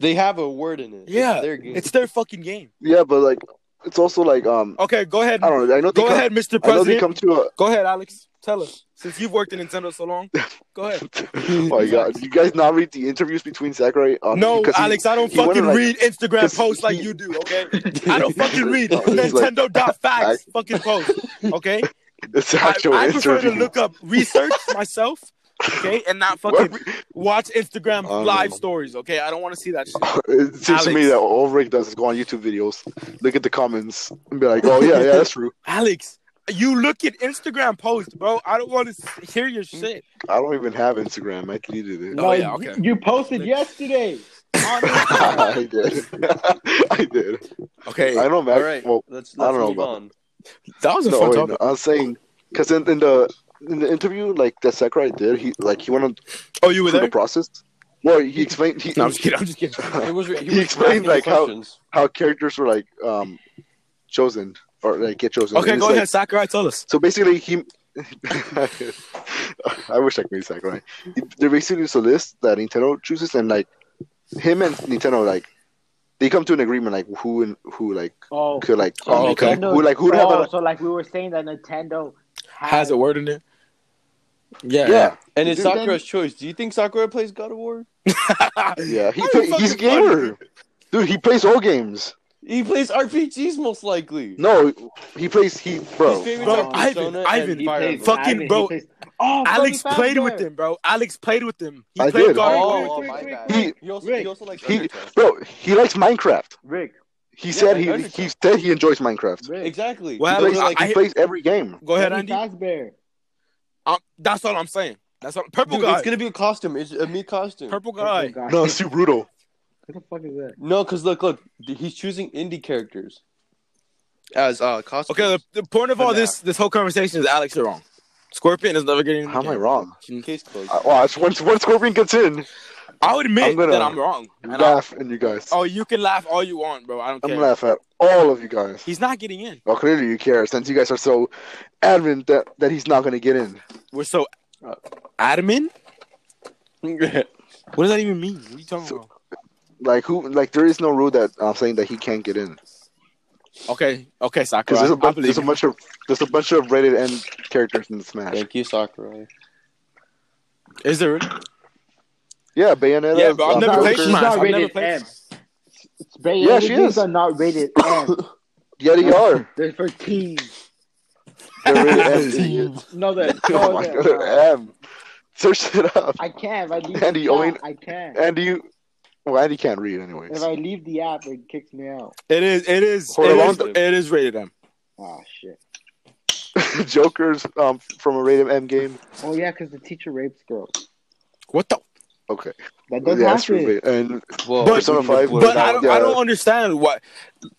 S2: They have a word in it.
S1: Yeah,
S2: it's their game.
S1: It's their fucking game.
S3: Yeah, but like it's also like um
S1: Okay, go ahead.
S3: I don't know. I know they
S1: Go
S3: come,
S1: ahead, Mr.
S3: I know they
S1: President.
S3: come to a.
S1: Go ahead, Alex. Tell us since you've worked at Nintendo so long. Go ahead.
S3: oh my god! You guys not read the interviews between Sakurai? Um,
S1: No,
S3: because he-
S1: Alex, I don't
S3: he wanted,
S1: fucking
S3: like-
S1: read Instagram
S3: 'cause
S1: posts like
S3: he-
S1: you do. Okay, I don't fucking read
S3: He's like-
S1: Nintendo dot facts fucking posts. Okay,
S3: It's an
S1: I,
S3: actual
S1: I prefer to
S3: interview.
S1: look up research myself. Okay, and not
S3: What?
S1: fucking watch Instagram
S3: Oh,
S1: live
S3: no.
S1: stories. Okay, I don't want to see that shit.
S3: It seems to me
S1: Alex.
S3: that all Rick does is go on YouTube videos, look at the comments, and be like, "Oh yeah, yeah, that's true."
S1: Alex, you look at Instagram posts, bro. I don't want to hear your
S3: Mm.
S1: shit.
S3: I don't even have Instagram. I deleted it.
S1: No. Oh, yeah, okay.
S4: You posted yesterday. On Instagram.
S3: I did. I did.
S1: Okay,
S3: I know, Mac.
S2: All right.
S3: Well,
S2: let's, let's
S3: I don't know
S2: move
S3: about-
S2: on.
S1: that was a
S3: no,
S1: fun
S3: wait,
S1: topic.
S3: no, I was saying because in, in the in the interview, like that Sakurai did, he like he went on
S1: Oh, you were
S3: through
S1: there?
S3: the process. Well, he explained he,
S1: No, I'm just kidding. I'm just kidding.
S2: It was he,
S3: He
S2: was
S3: explained,
S2: asking
S3: like, how-
S2: questions.
S3: how characters were like um chosen or like get chosen.
S1: Okay,
S3: And
S1: go
S3: it's, like,
S1: ahead, Sakurai. Tell us.
S3: So basically, he. I wish I could be Sakurai. There basically is a list that Nintendo chooses, and like him and Nintendo, like they come to an agreement, like who and who like
S4: Oh,
S3: could like
S1: Oh, okay.
S4: Nintendo-
S3: who like who would have
S4: oh,
S3: a
S4: so like we were saying that Nintendo
S1: Has a word in it? Yeah.
S3: yeah
S2: And it's
S3: Dude, then-
S2: Sakura's choice. Do you think Sakura plays God of War?
S3: yeah he
S1: Are you
S3: play, he's a
S1: fucking funny,
S3: gamer dude he plays all games
S2: He plays RPGs most likely.
S3: no he plays he bro
S2: His favorites
S1: Bro,
S2: are
S1: Ivan,
S2: Persona
S1: Ivan,
S2: and
S4: He
S2: Fire
S4: plays
S2: Emblem.
S1: Fucking
S4: Ivan, he
S1: bro.
S4: plays- oh,
S1: Alex
S4: Cody
S1: played
S4: Fowler.
S1: with him, bro. Alex played with him. He
S3: I
S1: played
S3: did.
S1: God of War.
S2: Oh, oh,
S4: Rick,
S2: my
S4: Rick,
S2: bad.
S3: Rick.
S2: he also,
S4: Rick.
S2: he also likes
S3: he
S2: Undertale.
S3: bro he likes Minecraft
S4: Rick,
S3: he said
S2: Yeah,
S3: he
S2: Undertale.
S3: he said he enjoys Minecraft
S4: Rick.
S2: Exactly.
S1: Well,
S3: he
S1: I
S3: plays
S2: Those
S1: was-
S2: are like-
S1: I-
S3: he plays every game
S1: Go ahead,
S4: Cody
S1: Andy.
S4: Fazbear.
S1: Um, that's all I'm saying. That's all. Purple
S2: Dude,
S1: guy.
S2: it's gonna be a costume. It's a me costume.
S1: Purple
S4: Oh,
S1: guy.
S4: God.
S3: no
S4: What
S3: it's too brutal
S4: the fuck is that?
S2: No, because look, look, he's choosing indie characters as uh costumes.
S1: Okay, the, the point of all this this whole conversation is Alex, you're wrong. Scorpion is never getting. in the
S3: How am I
S1: game.
S3: wrong?
S2: Case closed.
S3: Uh, well, it's once once Scorpion gets in,
S1: I'll admit
S3: I'm gonna-
S1: that I'm wrong.
S3: you
S1: And I-
S3: laugh and you guys.
S1: oh, you can laugh all you want, bro. I don't
S3: I'm
S1: care.
S3: gonna laugh at all of you guys.
S1: He's not getting in.
S3: Well, clearly you care since you guys are so adamant that, that he's not gonna get in.
S1: We're so adamant.
S2: Wait,
S1: What does that even mean? What are you talking
S3: So-
S1: about?
S3: Like who? Like there is no rule that I'm saying that he can't get in
S1: Okay, okay, Sakura.
S3: because there's a
S1: I
S3: bunch,
S1: believe
S3: there's a
S1: you.
S3: bunch of there's a bunch of rated N characters in Smash.
S2: Thank you, Sakurai.
S1: Is there?
S3: Yeah, Bayonetta.
S1: Yeah, but I've
S3: um,
S1: never
S3: Joker.
S1: played
S4: she's
S1: Smash.
S4: not
S1: I've never
S4: rated
S1: played.
S4: M.
S1: Smash.
S4: It's ba-
S3: Yeah, she
S4: these
S3: is.
S4: are not rated M.
S3: Yeah, they are.
S4: They're for teens.
S3: They're rated M. idiot.
S4: No, they're,
S3: Oh
S4: no,
S3: my
S4: they're
S3: god,
S4: not.
S3: M. Search it up.
S4: I can't. If I leave
S3: Andy
S4: the
S3: Owen-
S4: app, I can't.
S3: And you, well, Andy can't read anyways.
S4: If I leave the app, it kicks me out.
S1: It is. It is.
S3: Hold
S1: it
S3: on.
S1: is- it is rated M.
S4: Oh shit.
S3: Joker's um from a rated M game.
S4: Oh yeah, because the teacher rapes girls.
S1: What the?
S3: Okay,
S4: That doesn't
S3: yeah, it's
S4: happen.
S3: rated. And
S2: Well,
S1: But-
S3: Persona
S2: we can
S3: 5
S2: blur
S1: But
S2: that
S1: I don't.
S2: out.
S1: I
S3: yeah.
S1: don't understand what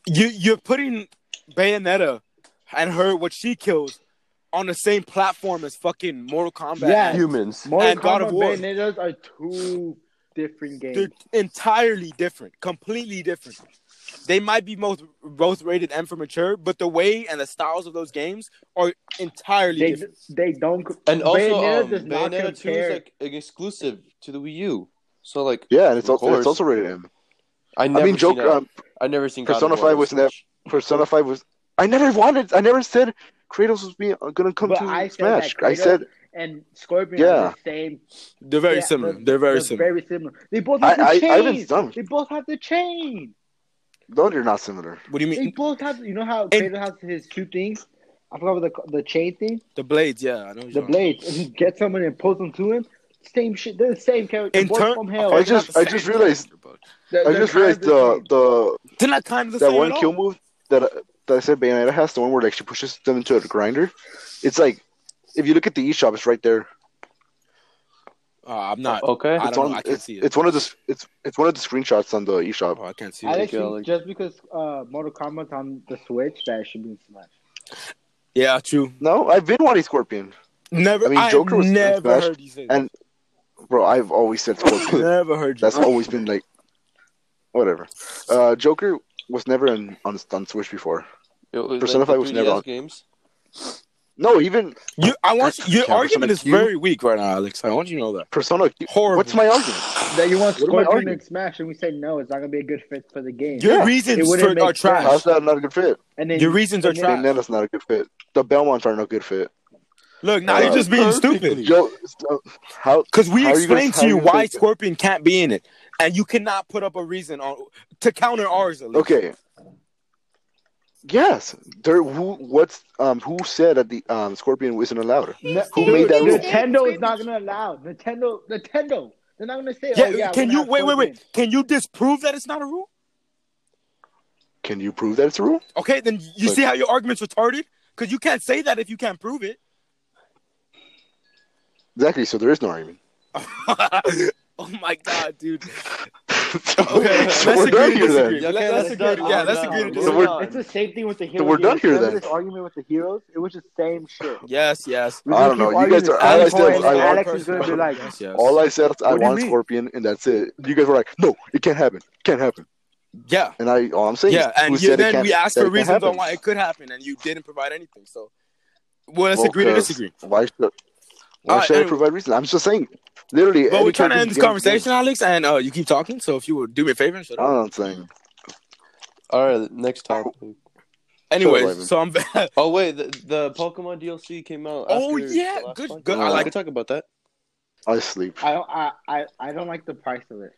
S1: you you're putting Bayonetta and her what she kills on the same platform as fucking Mortal Kombat.
S4: Yeah.
S2: humans.
S4: Mortal
S1: And God
S4: Kombat
S1: of War.
S4: Bayonettas are two different games.
S1: They're entirely different, completely different. They might be both both rated M for mature, but the way and the styles of those games are entirely
S4: they
S1: different.
S4: they don't.
S2: And also,
S4: Bayonetta
S2: um,
S4: does not
S2: Bayonetta Two is
S4: compare.
S2: like an exclusive to the Wii U. So like,
S3: yeah, and it's
S2: Of
S3: also
S2: course.
S3: it's also rated M.
S2: I
S3: I
S2: never.
S3: mean,
S2: seen
S3: Joker.
S2: Joker.
S3: Um,
S2: I never seen God
S3: Persona
S2: of War
S3: 5 was
S2: on the Switch.
S3: Persona Five was. I never wanted. I never said Kratos was being gonna come
S4: But
S3: to
S4: I said that
S3: Smash. I
S4: Kratos
S3: said
S4: and Scorpion
S3: Yeah.
S4: are the same.
S1: They're very
S4: yeah,
S1: similar.
S4: but
S1: They're very
S4: they're
S1: similar.
S4: Very similar. They both
S3: I
S4: have
S3: I
S4: the chain.
S3: I've been dumb.
S4: They both have the chain.
S3: No, they're not similar.
S1: What do you
S4: They
S1: mean?
S4: both have. You know how Kratos has his two things. I forgot what the the chain thing,
S1: The blades, yeah, I know. what
S4: the
S1: you're talking
S4: blades. If you get someone and pose them to him, same shit. They're the same character.
S1: In
S4: both
S1: turn-
S4: from
S1: about.
S4: hell.
S3: I
S1: They're not
S3: just-
S1: the
S3: I just
S1: same
S3: realized-
S1: character, bro.
S4: They're-
S3: I
S4: they're
S3: just
S4: kind
S3: realized uh,
S4: of
S3: the
S4: same.
S3: the
S1: They're not kind of the
S3: that
S1: same
S3: one
S1: at
S3: kill
S1: all.
S3: move that that I said Bayonetta has, the one where like she pushes them into a grinder. It's like if you look at the eShop, it's right there.
S1: Uh, I'm not.
S2: Okay.
S1: I
S3: It's
S1: don't
S3: on-
S1: know. I can't see it.
S3: It's one of the s- it's it's one of the screenshots on the eShop.
S1: Oh, I can't see
S4: I
S1: it.
S4: Alex,
S2: Like, uh,
S4: think
S2: like-
S4: just because uh, Mortal Kombat's on the Switch, that should be in Smash.
S1: Yeah, true.
S3: No, I've been wanting Scorpion,
S1: Never. I
S3: I mean, Joker was in
S1: never
S3: Smash,
S1: heard you say that.
S3: and- bro. I've always said Scorpion.
S1: never heard you.
S3: That's always been like, whatever. Uh, Joker was never in, on on Switch before.
S2: It was,
S3: Persona
S2: like, the
S3: five was never
S2: 3DS
S3: on-
S2: Games.
S3: No, even
S1: you. I want you, your
S3: Persona
S1: argument is
S3: Q?
S1: very weak right now, Alex. I want you to know that.
S3: Persona.
S1: Horrible.
S3: What's my argument?
S4: That you want
S3: What am I
S4: Scorpion
S3: arguing?
S4: in Smash, and we say no, it's not gonna be a good fit for the game.
S1: Your
S3: Yeah.
S4: It
S1: reasons
S4: wouldn't
S1: for
S4: make
S1: are trash.
S3: How's that not a good fit?
S4: and then
S1: Your reasons are
S4: and then-
S1: trash.
S3: Bayonetta's not a good fit. The Belmonts aren't a good fit.
S1: Look, now you're just being stupid.
S3: Yo, so, how
S1: Because we
S3: How are you gonna-
S1: explained
S3: how
S1: to
S3: are
S1: you
S3: you gonna
S1: why
S3: take that?
S1: Scorpion can't be in it, and you cannot put up a reason on to counter ours. At least.
S3: Okay. Yes, there. Who? What's um? Who said that the um Scorpion wasn't allowed?
S4: No,
S3: Who
S4: dude,
S3: made that rule?
S4: Nintendo is not gonna allow Nintendo. Nintendo, they're not gonna say.
S1: Yeah,
S4: oh, yeah
S1: can
S4: we're
S1: you
S4: not
S1: wait, wait, wait?
S4: Scorpion.
S1: Can you disprove that it's not a rule?
S3: Can you prove that it's a rule?
S1: Okay, then you
S2: Look.
S1: see how your argument's retarded because you can't say that if you can't prove it.
S3: Exactly. So there is no argument.
S1: oh my god, dude.
S3: so,
S1: Okay, let's
S3: so we're done
S1: agree to
S3: here
S1: disagree.
S3: then.
S1: Let-
S2: Okay,
S1: let's
S2: let's
S1: agree.
S2: not-
S1: Yeah,
S2: oh,
S1: let's
S2: no,
S1: agree to
S2: we're
S1: disagree.
S2: not-
S4: It's the same thing with the heroes.
S3: So we're done here
S4: Remember
S3: then.
S4: This argument with the heroes, it was the same shit.
S1: Yes, yes.
S4: We're
S3: I
S4: gonna
S3: don't know,
S4: keep
S3: you
S4: arguing
S3: guys are-
S4: this
S3: I
S4: point,
S3: said
S4: and then
S3: I want
S4: Alex is
S1: personal-
S4: gonna be like,
S1: yes, yes.
S3: All I said is I
S4: What do you
S3: want
S4: mean?
S3: Scorpion, and that's it. You guys were like, "No, it can't happen. Can't happen."
S1: yeah,
S3: And I, all I'm saying
S1: yeah.
S3: is,
S1: And
S3: who
S1: you-
S3: said it
S1: then
S3: can't?
S1: we asked
S3: that
S1: for
S3: it can't
S1: reasons on
S3: happen?
S1: why it could happen, and you didn't provide anything. So, well, let's
S3: Well,
S1: agree to
S3: 'cause
S1: disagree.
S3: Why should? Why
S1: All right,
S3: should I
S1: anyway.
S3: provide reason? I'm just saying, literally.
S1: But
S3: any
S1: we're trying to
S3: character
S1: end this
S3: can-
S1: conversation, Alex, and uh, you keep talking. So if you would do me a favor, and shut
S3: I don't
S1: up.
S3: know what I'm saying.
S2: All right, next topic.
S3: shut up,
S1: Anyways, so I'm. back.
S2: Oh wait, the, the Pokemon DLC came out.
S1: Oh,
S2: after
S1: yeah,
S2: the last
S1: good-
S2: podcast.
S1: good- I
S2: We
S1: like-
S2: could talk about that.
S3: I sleep.
S4: I don't, I, I, I don't like the price of it.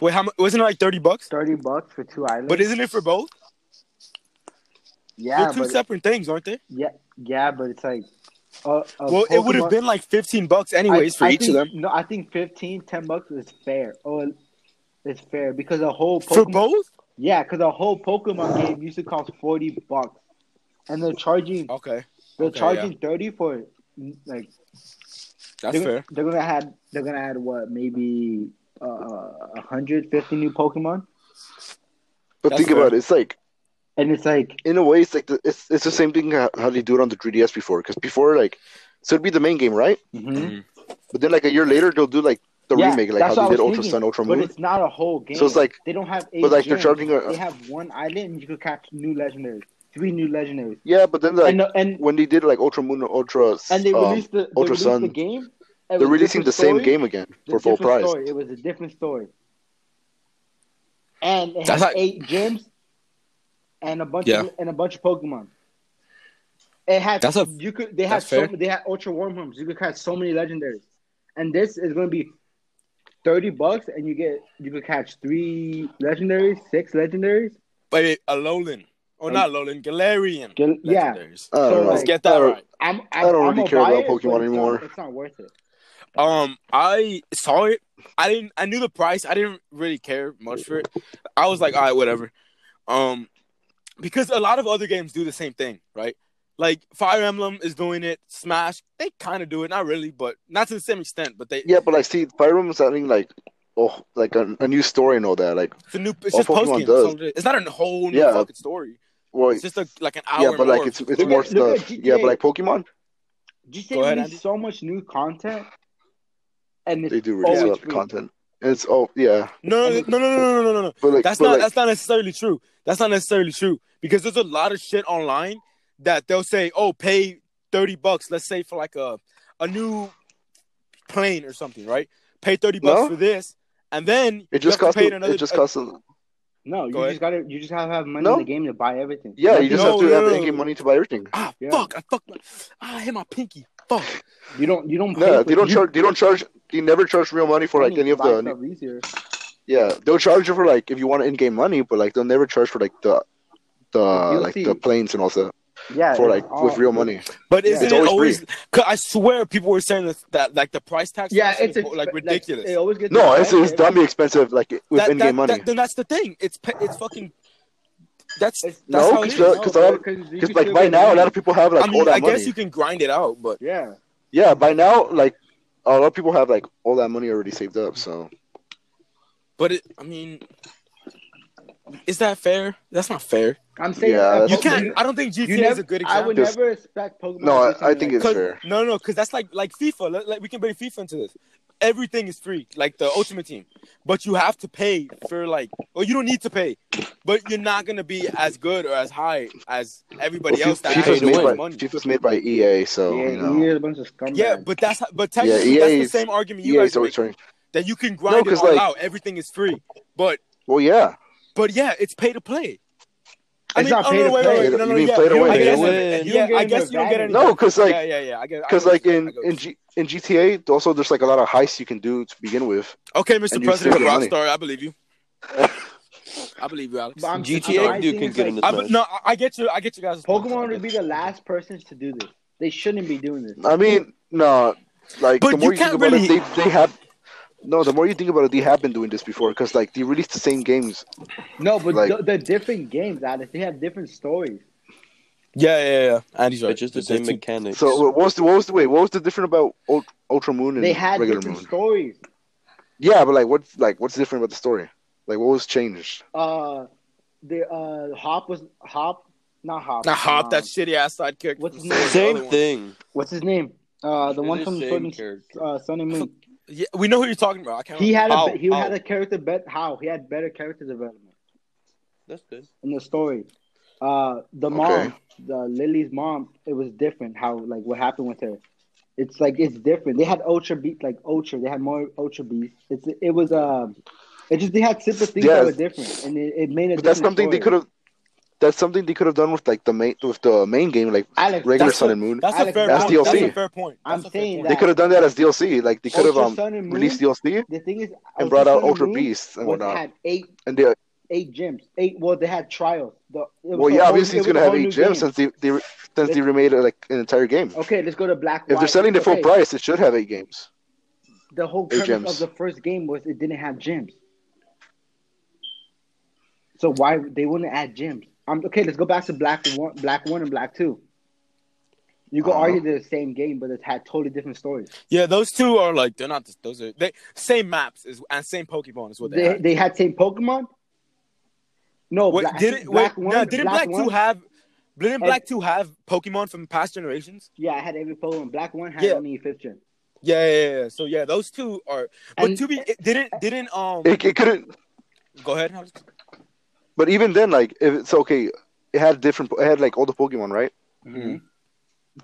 S1: Wait, how much? Wasn't it like thirty bucks?
S4: Thirty bucks for two islands.
S1: But isn't it for both?
S4: yeah,
S1: They're two
S4: but
S1: separate things, aren't they?
S4: yeah, yeah, but it's like, uh, a
S1: Well, it would have
S4: Pokemon-
S1: been like fifteen bucks anyways
S4: I-
S1: for
S4: I
S1: each
S4: think,
S1: of them.
S4: No, I think 15, 10 bucks is fair. Oh, it's fair because a whole Pokemon,
S1: For both?
S4: yeah, because a whole Pokemon game used to cost forty bucks, and they're charging
S1: Okay,
S4: they're
S1: okay,
S4: charging thirty for it. Like
S1: that's
S4: they're,
S1: fair.
S4: they're gonna add they're gonna add what maybe uh, hundred fifty new Pokemon,
S3: But
S1: That's
S3: think
S1: fair.
S3: about it. It's like
S4: and it's like
S3: in a way, it's like the, it's it's the same thing how, how they do it on the 3DS before. Because before, like So it'd be the main game, right?
S4: Mm-hmm.
S3: But then like a year later, they'll do like the
S4: Yeah,
S3: remake, like
S4: that's
S3: how
S4: what I
S3: they did
S4: was
S3: Ultra
S4: thinking,
S3: Sun, Ultra
S4: But
S3: Moon.
S4: it's not a whole game.
S3: So it's like,
S4: they don't have eight.
S3: but like they're
S4: gems.
S3: charging a-
S4: They have one island, and you could catch new legendaries, three new legendaries,
S3: yeah, but then like
S4: and the- and
S3: when they did like Ultra Moon, Ultra,
S4: and they
S3: um,
S4: released the they
S3: Ultra
S4: released
S3: Sun.
S4: the game. It was
S3: they're
S4: a
S3: releasing
S4: different
S3: the same
S4: story,
S3: game again
S4: a
S3: for full
S4: different
S3: price.
S4: Story. It was a different story, and it
S1: That's
S4: had
S1: like-
S4: eight gems, and a bunch
S1: Yeah.
S4: of and a bunch of Pokemon. It had
S1: That's a-
S4: you could they had
S1: that's
S4: so
S1: fair.
S4: they had Ultra Wormhorns. You could catch so many legendaries, and this is going to be thirty bucks, and you get you could catch three legendaries, six legendaries.
S1: Wait, a Alolan. Or not Alolan, Galarian.
S4: Gal- yeah,
S1: Legendaries.
S3: I
S4: So,
S3: don't know.
S1: Let's
S4: like-
S1: get that
S3: I don't-
S1: right.
S4: I'm, I'm,
S3: I don't
S4: I'm
S3: really
S4: a
S3: care about
S4: buyer, but
S3: Pokemon
S4: it's not-
S3: anymore.
S4: it's not worth it.
S1: Um, I saw it. I didn't. I knew the price. I didn't really care much for it. I was like, all right, whatever. Um, because a lot of other games do the same thing, right? Like Fire Emblem is doing it. Smash, they kind of do it. Not really, but not to the same extent. But they,
S3: Yeah, but like, see, Fire Emblem's having like, oh, like a, a new story and all that. Like,
S1: it's a new. It's
S3: All
S1: just post
S3: Pokemon
S1: game.
S3: does.
S1: It's not a whole new
S3: Yeah.
S1: fucking story.
S3: well,
S1: It's just a, like an hour.
S3: yeah, but like
S1: more
S3: it's
S1: of
S3: it's
S1: story.
S3: more
S4: at- look at
S3: stuff. Yeah,
S4: GTA.
S3: but like Pokemon,
S4: GTA
S1: Go ahead,
S4: released
S1: Andy.
S4: so much new content, and
S3: they
S4: it's
S3: do release
S4: always
S3: a lot of
S4: free.
S3: content. And it's oh yeah,
S1: No, no, no, no, no, no, no, no, no.
S3: but like,
S1: That's
S3: but
S1: not
S3: like,
S1: that's not necessarily true. That's not necessarily true because there's a lot of shit online that they'll say, "Oh, pay 30 bucks, let's say for like a a new plane or something, right? Pay 30 bucks
S3: No.
S1: for this." And then
S3: it just
S1: you have
S3: costs.
S1: to pay
S3: a-
S1: another
S3: It just
S1: uh,
S3: costs. a-
S4: No, you
S1: Go
S4: just gotta you just gotta have money
S3: No.
S4: in the game to buy everything.
S3: Yeah,
S4: Nothing-
S3: you just
S1: No,
S3: have to
S1: no,
S3: have
S1: no,
S3: in-game
S1: no.
S3: money to buy everything.
S1: Ah,
S4: Yeah.
S1: fuck. I fucked my ah, I hit my pinky. Fuck.
S4: you don't you don't pay
S3: No,
S4: for
S3: they don't
S4: you
S3: charge. They don't charge. They never charge real money for like
S4: money
S3: any
S4: to
S3: of
S4: buy
S3: the.
S4: stuff easier.
S3: Yeah, they'll charge you for like if you want in-game money, but like they'll never charge for like the the
S4: The
S3: like
S4: DLC.
S3: the planes and also
S4: Yeah,
S3: for
S4: it's
S3: like
S4: all-
S3: with real money.
S1: But
S4: Yeah.
S1: isn't
S3: It's
S1: it
S3: always
S1: always? Cause I swear people were saying that, that like the price tag. for
S4: Yeah,
S1: that shit
S4: it's
S1: is,
S4: exp-
S1: like ridiculous.
S4: it always gets
S3: No, it's it's
S4: expensive.
S3: dummy expensive like with
S1: that,
S3: in-game
S1: that,
S3: money.
S1: that- then that's the thing. It's pe- it's fucking. That's
S4: It's-
S1: that's
S3: No,
S1: how it
S3: it's
S1: is.
S3: not- 'cause a lot of-
S4: you
S3: Because
S4: can
S3: like
S4: still
S3: by
S4: get
S3: now, a
S4: money.
S3: lot of people have like
S1: I
S3: all
S1: mean,
S3: that
S1: I guess
S3: money.
S1: you can grind it out, but
S4: yeah,
S3: Yeah, by now, like a lot of people have like all that money already saved up. So
S1: but it, I mean, is that fair? That's not fair.
S4: I'm saying
S3: Yeah,
S4: that
S3: that's-
S1: You
S3: Oh,
S1: can't.
S4: You,
S1: I don't think GTA
S4: you never,
S1: is a good
S4: I
S1: example.
S4: would
S3: Just-
S4: never expect Pokemon.
S3: no,
S4: to do
S3: I, I
S4: something
S3: think
S4: like
S3: it's
S1: Cause-
S3: fair.
S1: No, no, because that's like like FIFA. Like, like we can bring FIFA into this. Everything is free, like the Ultimate Team, but you have to pay for like, or you don't need to pay, but you're not gonna be as good or as high as everybody
S3: Well,
S1: else that
S3: FIFA's
S1: has
S3: made by
S1: more money. E
S3: FIFA's made by EA,
S4: that.
S3: so
S4: yeah,
S3: you know. E
S4: you're a bunch of scumbags.
S1: Yeah, but that's but
S3: Yeah,
S1: technically that's the
S3: EA's
S1: same argument you
S3: EA
S1: guys
S3: is
S1: make.
S3: always trying.
S1: that you can grind it
S3: 'cause,
S1: all
S3: like-
S1: out. Everything is free, but
S3: Well, yeah,
S1: but yeah, it's pay to play. I
S4: It's
S1: mean,
S4: not
S1: oh,
S4: pay
S1: no,
S4: to
S1: wait,
S4: play.
S1: wait,
S3: You
S1: wait, no,
S3: don't-
S1: no,
S3: you
S1: yeah,
S3: play
S1: you
S3: to
S1: don't
S3: win.
S1: get
S4: Pay to
S1: anything.
S4: win. You
S1: Yeah,
S4: don't get
S1: I
S4: any
S1: guess you don't get
S4: advantage.
S1: anything.
S3: no, because
S1: yeah,
S3: like
S1: yeah, yeah. I get. I
S3: because
S1: get
S3: like
S1: what you're saying. I
S3: in
S1: get what
S3: in
S1: you're saying.
S3: G, in GTA, also there's like a lot of heists you can do to begin with.
S1: Okay, Mr.
S3: and you still
S1: President,
S3: get money.
S1: Rockstar, I believe you. I believe you, Alex.
S4: But I'm-
S1: I'm- I
S4: I think
S1: be-
S4: it's
S1: no,
S4: dude
S2: Duke
S4: can get in
S1: I, get you. I get you guys.
S4: Pokemon would be the last persons to do this. They shouldn't be doing this.
S3: I mean, no, like
S1: But
S3: the more
S1: you
S3: you, think
S1: can't
S3: about
S1: really-
S3: it, they, they have. No, the more you think about it, they have been doing this before because like they released the same games.
S4: No, but
S3: Like-
S4: th- they're different games, Alex. They have different stories.
S1: Yeah, yeah, yeah. Andy's right.
S2: It's just the
S1: They're
S2: same
S1: two-
S2: mechanics.
S3: So what was the what was the wait? What was the different about Ult- Ultra Moon and
S4: They had
S3: regular
S4: different
S3: Moon?
S4: stories.
S3: Yeah, but like what's like what's different about the story? Like what was changed?
S4: Uh, the uh Hop was Hop, not Hop.
S1: Now hop
S4: um,
S1: that shitty ass side kick.
S4: what's his
S3: uh,
S1: from the
S4: name?
S1: other
S2: same
S1: one.
S2: thing.
S4: What's his name? Uh, the one from Sun, uh, Sun and Moon.
S1: Yeah, we know who you're talking about. I can't.
S4: He had a
S1: remember.
S4: be- he
S1: Ow,
S4: had
S1: ow.
S4: a character bet how he had better character development
S2: That's good.
S4: in the story. Uh, the
S3: Okay.
S4: mom, the Lily's mom, it was different. How like what happened with her? It's like it's different. They had Ultra Beast, like Ultra. They had more Ultra Beast. It's it was um, it just they had simple things that
S3: Yes.
S4: were different, and it, it made a.
S3: But that's
S4: different
S3: something they
S4: story.
S3: could have. That's something they could have done with like the main with the main game, like
S4: Alex,
S3: regular
S1: That's
S3: Sun
S1: a-
S3: and Moon.
S1: That's a
S4: Alex,
S1: fair
S3: that's
S1: point. That's
S3: DLC.
S1: a fair point.
S4: I'm
S1: That's a fair
S4: saying
S1: point.
S3: They could have done that as DLC. Like they could have
S4: Ultra
S3: um
S4: Sun and Moon
S3: released DLC
S4: The thing is,
S3: and brought out
S4: Sun
S3: Ultra
S4: Moon
S3: Beasts and
S4: was-
S3: whatnot.
S4: had eight
S3: And they,
S4: eight gyms. Eight. Well, they had trials. The, it was
S3: well,
S4: a
S3: yeah,
S4: whole-
S3: obviously
S4: it
S3: it's
S4: was
S3: gonna
S4: a
S3: have
S4: whole
S3: eight
S4: new
S3: gems
S4: game.
S3: since they they since they remade uh, like an entire game.
S4: Okay, let's go to Black.
S3: If they're
S4: White.
S3: selling the full
S4: Okay,
S3: price, it should have eight games.
S4: the whole
S3: eight
S4: premise
S3: gems.
S4: of the first game was it didn't have gyms. So why they wouldn't add gyms? Um, okay, let's go back to Black One, Black One, and Black Two. You could
S3: Uh-huh.
S4: argue they're the same game, but it had totally different stories.
S1: Yeah, those two are like they're not. Those are they same maps is and same Pokemon is what they.
S4: they,
S1: had.
S4: they had same Pokemon. No,
S1: Wait,
S4: Black,
S1: did it?
S3: Oh,
S4: Black
S1: wait,
S4: One.
S1: no, didn't Black,
S4: One,
S1: Two have? Blue and Black Two have Pokemon from past generations.
S4: Yeah, I had every Pokemon. Black one had
S1: Yeah.
S4: only fifth gen.
S1: Yeah, yeah, yeah. So yeah, those two are. But
S4: And-
S1: to be it didn't didn't um.
S3: It, it couldn't,
S1: go ahead.
S3: but even then, like, if it's okay, it had different. It had like all the Pokemon, right?
S1: Mhm.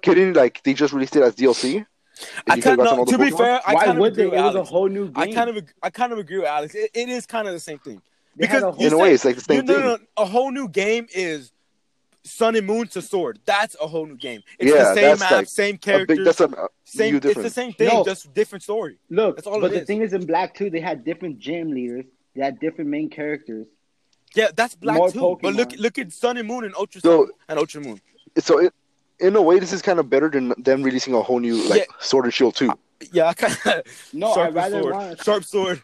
S3: Kidding, like they just released it as
S1: I
S3: DLC. and you could've
S1: kind
S3: gotten
S1: no,
S3: all the
S1: To be
S3: Pokemon?
S1: fair, I
S4: Why
S1: kind of
S4: would they?
S1: agree
S4: It
S1: with
S4: was a
S1: Alex.
S4: whole new game.
S1: I kind of ag- I kind of agree with Alex. It, it is kind of the same thing.
S4: They had
S1: because
S4: a whole-
S1: you
S3: In a way,
S1: said-
S3: it's like the
S1: You,
S3: same
S1: no,
S3: thing.
S1: no, no, a whole new game is Sun and Moon to Sword. That's a whole new game. It's
S3: Yeah,
S1: the same
S3: that's
S1: map,
S3: like
S1: same
S3: A big,
S1: characters,
S3: that's a
S1: same.
S3: new
S1: It's the
S3: difference.
S1: same thing,
S4: No.
S1: just different story.
S4: Look,
S1: That's all
S4: but
S1: it
S4: the
S1: is.
S4: thing is, in Black Two, they had different gym leaders. They had different main characters.
S1: Yeah, that's Black
S4: More
S1: too. But look,
S4: Pokemon.
S1: look at Sun and Moon and Ultra
S3: So-
S1: Sun and Ultra Moon.
S3: so it, in a way, this is kind of better than them releasing a whole new like Sword and Shield too.
S1: Yeah, I kind of
S4: No,
S1: sharp
S4: I rather
S1: sword.
S4: want.
S1: sharp sword.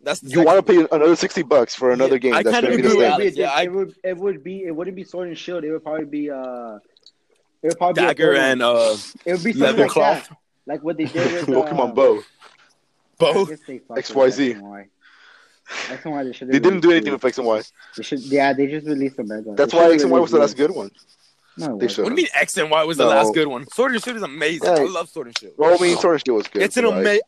S1: That's the
S3: You want to
S1: second one.
S3: pay another sixty bucks for another
S1: Yeah,
S3: game
S1: I
S3: that's
S1: kinda
S3: going to be
S1: agree
S3: the
S1: with
S3: same.
S1: Alex. Yeah, I-
S4: it would. It would be. It wouldn't be Sword and Shield. It would probably be. Uh, it would probably
S1: dagger
S4: be a third
S1: and
S4: one.
S1: uh
S4: it would be something
S1: leather
S4: like
S1: cloth
S4: that, like what they did with uh,
S3: Pokemon Bow.
S4: I
S1: bow.
S4: guess they fucked with
S3: XYZ.
S4: X and Y. That's why they should.
S3: They didn't do anything with X and Y.
S4: They should, yeah, they just released them. Back
S3: That's why X and Y was the last good one.
S4: No,
S3: They
S4: it
S3: should.
S1: What do you mean X and Y was the
S3: No.
S1: last good one? Sword and Shield is amazing. I
S3: Hey.
S1: love Sword and Shield.
S3: Well, I mean, Sword and Shield was good.
S1: It's an
S3: but, like,
S1: amazing.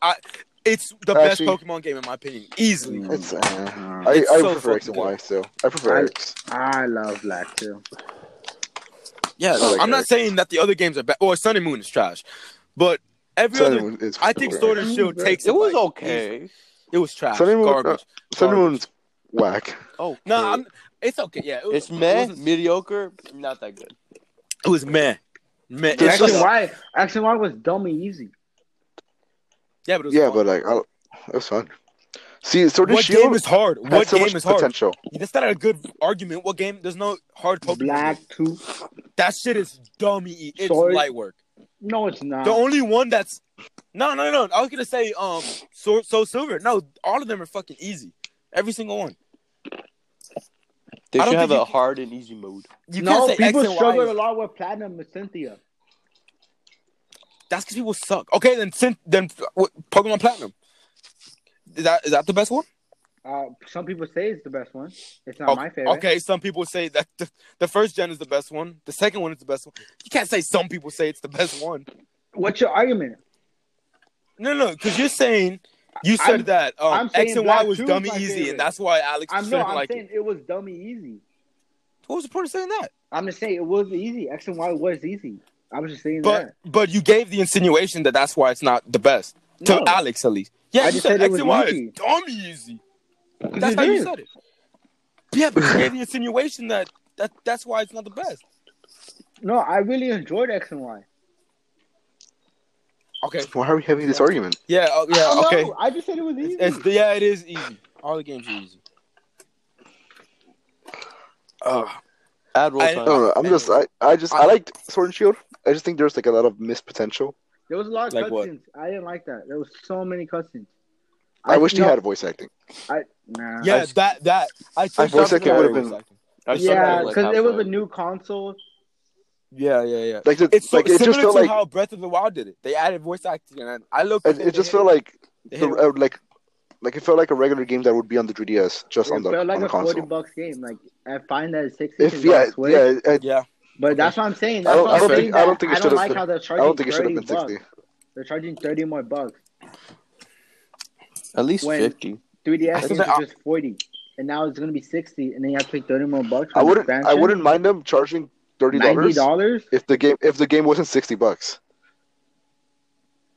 S1: It's the
S3: Actually-
S1: best Pokemon game in my opinion, easily.
S4: Mm.
S3: It's, uh,
S4: wasn't.
S3: I,
S1: It's uh-huh.
S3: I
S1: so
S3: prefer X and
S1: fucking
S3: Y, so I prefer
S4: I-
S3: X.
S4: I love Black too.
S1: Yeah,
S3: I like
S1: I'm not
S3: Eric.
S1: saying that the other games are bad or Sun and Moon is trash, but every
S3: Sun
S1: other.
S3: and Moon is
S1: I think
S3: better.
S1: Sword and Shield
S4: It
S1: takes.
S2: It
S1: a
S2: was
S1: bite.
S2: okay.
S1: It was trash.
S3: Sun and Moon-
S1: garbage.
S3: Sun
S1: garbage.
S3: and Moon's whack.
S2: Oh
S1: No, I'm, it's okay. Yeah, it was,
S2: It's meh,
S1: It was,
S2: mediocre, not that good.
S1: it was meh. Meh. It's
S4: X and
S1: just-
S4: Y, X and Y was dumb and easy.
S1: yeah, but it was
S3: Yeah,
S1: fun.
S3: but like, I, it was fun. See, Sword and
S1: what
S3: Shield
S1: game is hard?
S3: had
S1: What
S3: so
S1: game
S3: much
S1: is hard?
S3: potential.
S1: That's not a good argument. What game? There's no hard Pokemon.
S4: Black
S1: game.
S4: two.
S1: That shit is dummy. It's
S4: Sword.
S1: light work.
S4: No, it's not.
S1: The only one that's no, no, no. I was gonna say um, so, so silver. No, all of them are fucking easy. Every single one.
S2: They
S1: I don't
S2: should have
S1: think you-
S2: a hard and easy mode.
S1: You
S4: no,
S1: can't say X
S4: people
S1: and Y.
S4: struggled a
S1: is-
S4: lot with Platinum and Cynthia.
S1: That's because people suck. Okay, then sin- then what, Pokemon Platinum. Is that is that the best one?
S4: Uh, some people say it's the best one. It's not
S1: Oh,
S4: my favorite.
S1: Okay, some people say that the, the first gen is the best one. The second one is the best one. You can't say some people say it's the best one.
S4: What's your argument?
S1: No, no, because you're saying you said
S4: I'm-
S1: that um,
S4: I'm saying
S1: X and
S4: Black
S1: Y was
S4: Two is
S1: dummy
S4: my
S1: easy,
S4: favorite.
S1: and that's why Alex
S4: I'm
S1: didn't
S4: no, I'm
S1: like
S4: saying
S1: it.
S4: it. was dummy easy.
S1: What was the point of saying that?
S4: I'm just saying it was easy. X and Y was easy. I was just saying
S1: But
S4: that.
S1: but you gave the insinuation that that's why it's not the best to
S4: No.
S1: Alex at least. Yeah,
S4: I
S1: you
S4: just
S1: said,
S4: said it
S1: X
S4: was
S1: and Y
S4: easy.
S1: is dummy easy.
S4: Yes,
S1: That's
S4: it
S1: how you
S4: is.
S1: said it. Yeah, but you gave the insinuation that, that that's why it's not the best.
S4: No, I really enjoyed X and Y.
S1: Okay.
S3: Why are we having this argument?
S1: Yeah. oh,
S4: I don't
S1: yeah. Okay.
S4: know. I just said it was easy.
S1: It's, yeah, it is easy. All the games are easy. Ugh.
S2: Add roll
S1: I-
S4: Uh,
S3: I don't
S2: time.
S3: know. I'm just, I, I just, I liked Sword and Shield. I just think there's like a lot of missed potential.
S4: there was a lot of
S1: Like what?
S4: cutscenes. I didn't like that. There was so many cutscenes.
S3: I, wish
S4: no,
S3: they had voice acting.
S4: I nah.
S1: Yeah, that that I think
S3: voice
S1: that's
S3: acting
S1: why
S3: would've
S1: it
S3: been-
S1: was acting.
S2: I still
S4: yeah,
S2: have, like,
S4: because it was
S2: halfway.
S4: a new console.
S1: Yeah, yeah, yeah.
S3: Like, the,
S1: It's so
S3: like it
S1: similar
S3: just felt
S1: to
S3: like,
S1: how Breath of the Wild did it. They added voice acting, and I looked.
S3: it, it just felt like,
S1: They
S3: the,
S1: hit
S3: uh, like, like it felt like a regular game that would be on the 3DS, just on
S4: It
S3: the
S4: felt like
S3: on the
S4: a
S3: console.
S4: forty bucks game. Like I find that it's sixty.
S3: If yeah, yeah, I,
S1: yeah.
S4: But
S1: Okay.
S4: that's what I'm saying.
S3: I
S4: That's
S3: don't-
S4: what
S3: I
S4: I'm
S3: don't
S4: saying.
S3: think-
S4: that
S3: I don't think it
S4: I don't
S3: should've
S4: like
S3: been-
S4: how they're
S3: I
S4: charging.
S3: don't think it should have
S4: 30
S3: been 60.
S4: bucks. They're charging thirty more bucks.
S2: At least
S4: When-
S2: 50.
S4: 3DS
S1: That's
S4: games
S1: the-
S4: are just forty, and now it's gonna be sixty, and then you have to pay thirty more bucks. For
S3: I
S4: the
S3: wouldn't, I
S4: expansion?
S3: wouldn't mind them charging thirty
S4: Ninety
S3: dollars
S4: dollars.
S3: if the game if the game wasn't sixty bucks.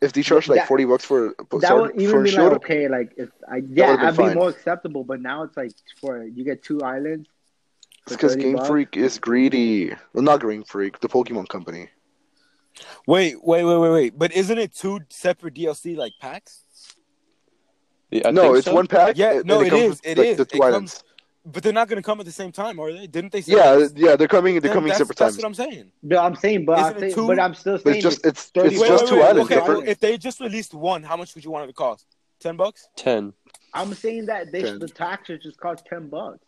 S3: If they charged like
S4: That-
S3: forty bucks for
S4: That would even
S3: for
S4: be
S3: shield,
S4: like okay, like if I yeah,
S3: would've been
S4: that'd be
S3: fine.
S4: more acceptable. But now it's like for you get two islands. for
S3: because
S4: 30
S3: Game
S4: bucks.
S3: Freak is greedy. Well, not Game Freak, the Pokemon company.
S1: Wait, wait, wait, wait, wait. But isn't it two separate DLC like packs?
S2: Yeah, I
S3: no,
S2: think
S3: it's
S2: so.
S3: one pack.
S1: Yeah,
S3: and
S1: no,
S3: it,
S1: it
S3: comes
S1: is,
S3: with,
S1: it
S3: like,
S1: is,
S3: The
S1: it
S3: two
S1: comes-
S3: islands.
S1: But they're not gonna come at the same time, are they? Didn't they? Say
S3: Yeah,
S1: this?
S3: yeah, they're coming. They're
S1: Then
S3: coming
S1: that's-
S3: separate
S1: That's
S3: times.
S1: what I'm saying.
S4: No, I'm saying, but
S1: Isn't
S4: I'm
S1: it
S4: saying,
S1: two?
S4: but I'm still
S3: But
S4: saying
S3: it's just it's it's
S4: 30
S3: just
S4: bucks.
S3: two islands.
S1: Okay,
S3: The
S4: I
S3: fir-
S4: don't-
S1: well, if they just released one, how much would you want it to cost? Ten bucks?
S2: 10.
S4: I'm saying that they,
S3: Okay.
S4: the tax should just cost ten bucks.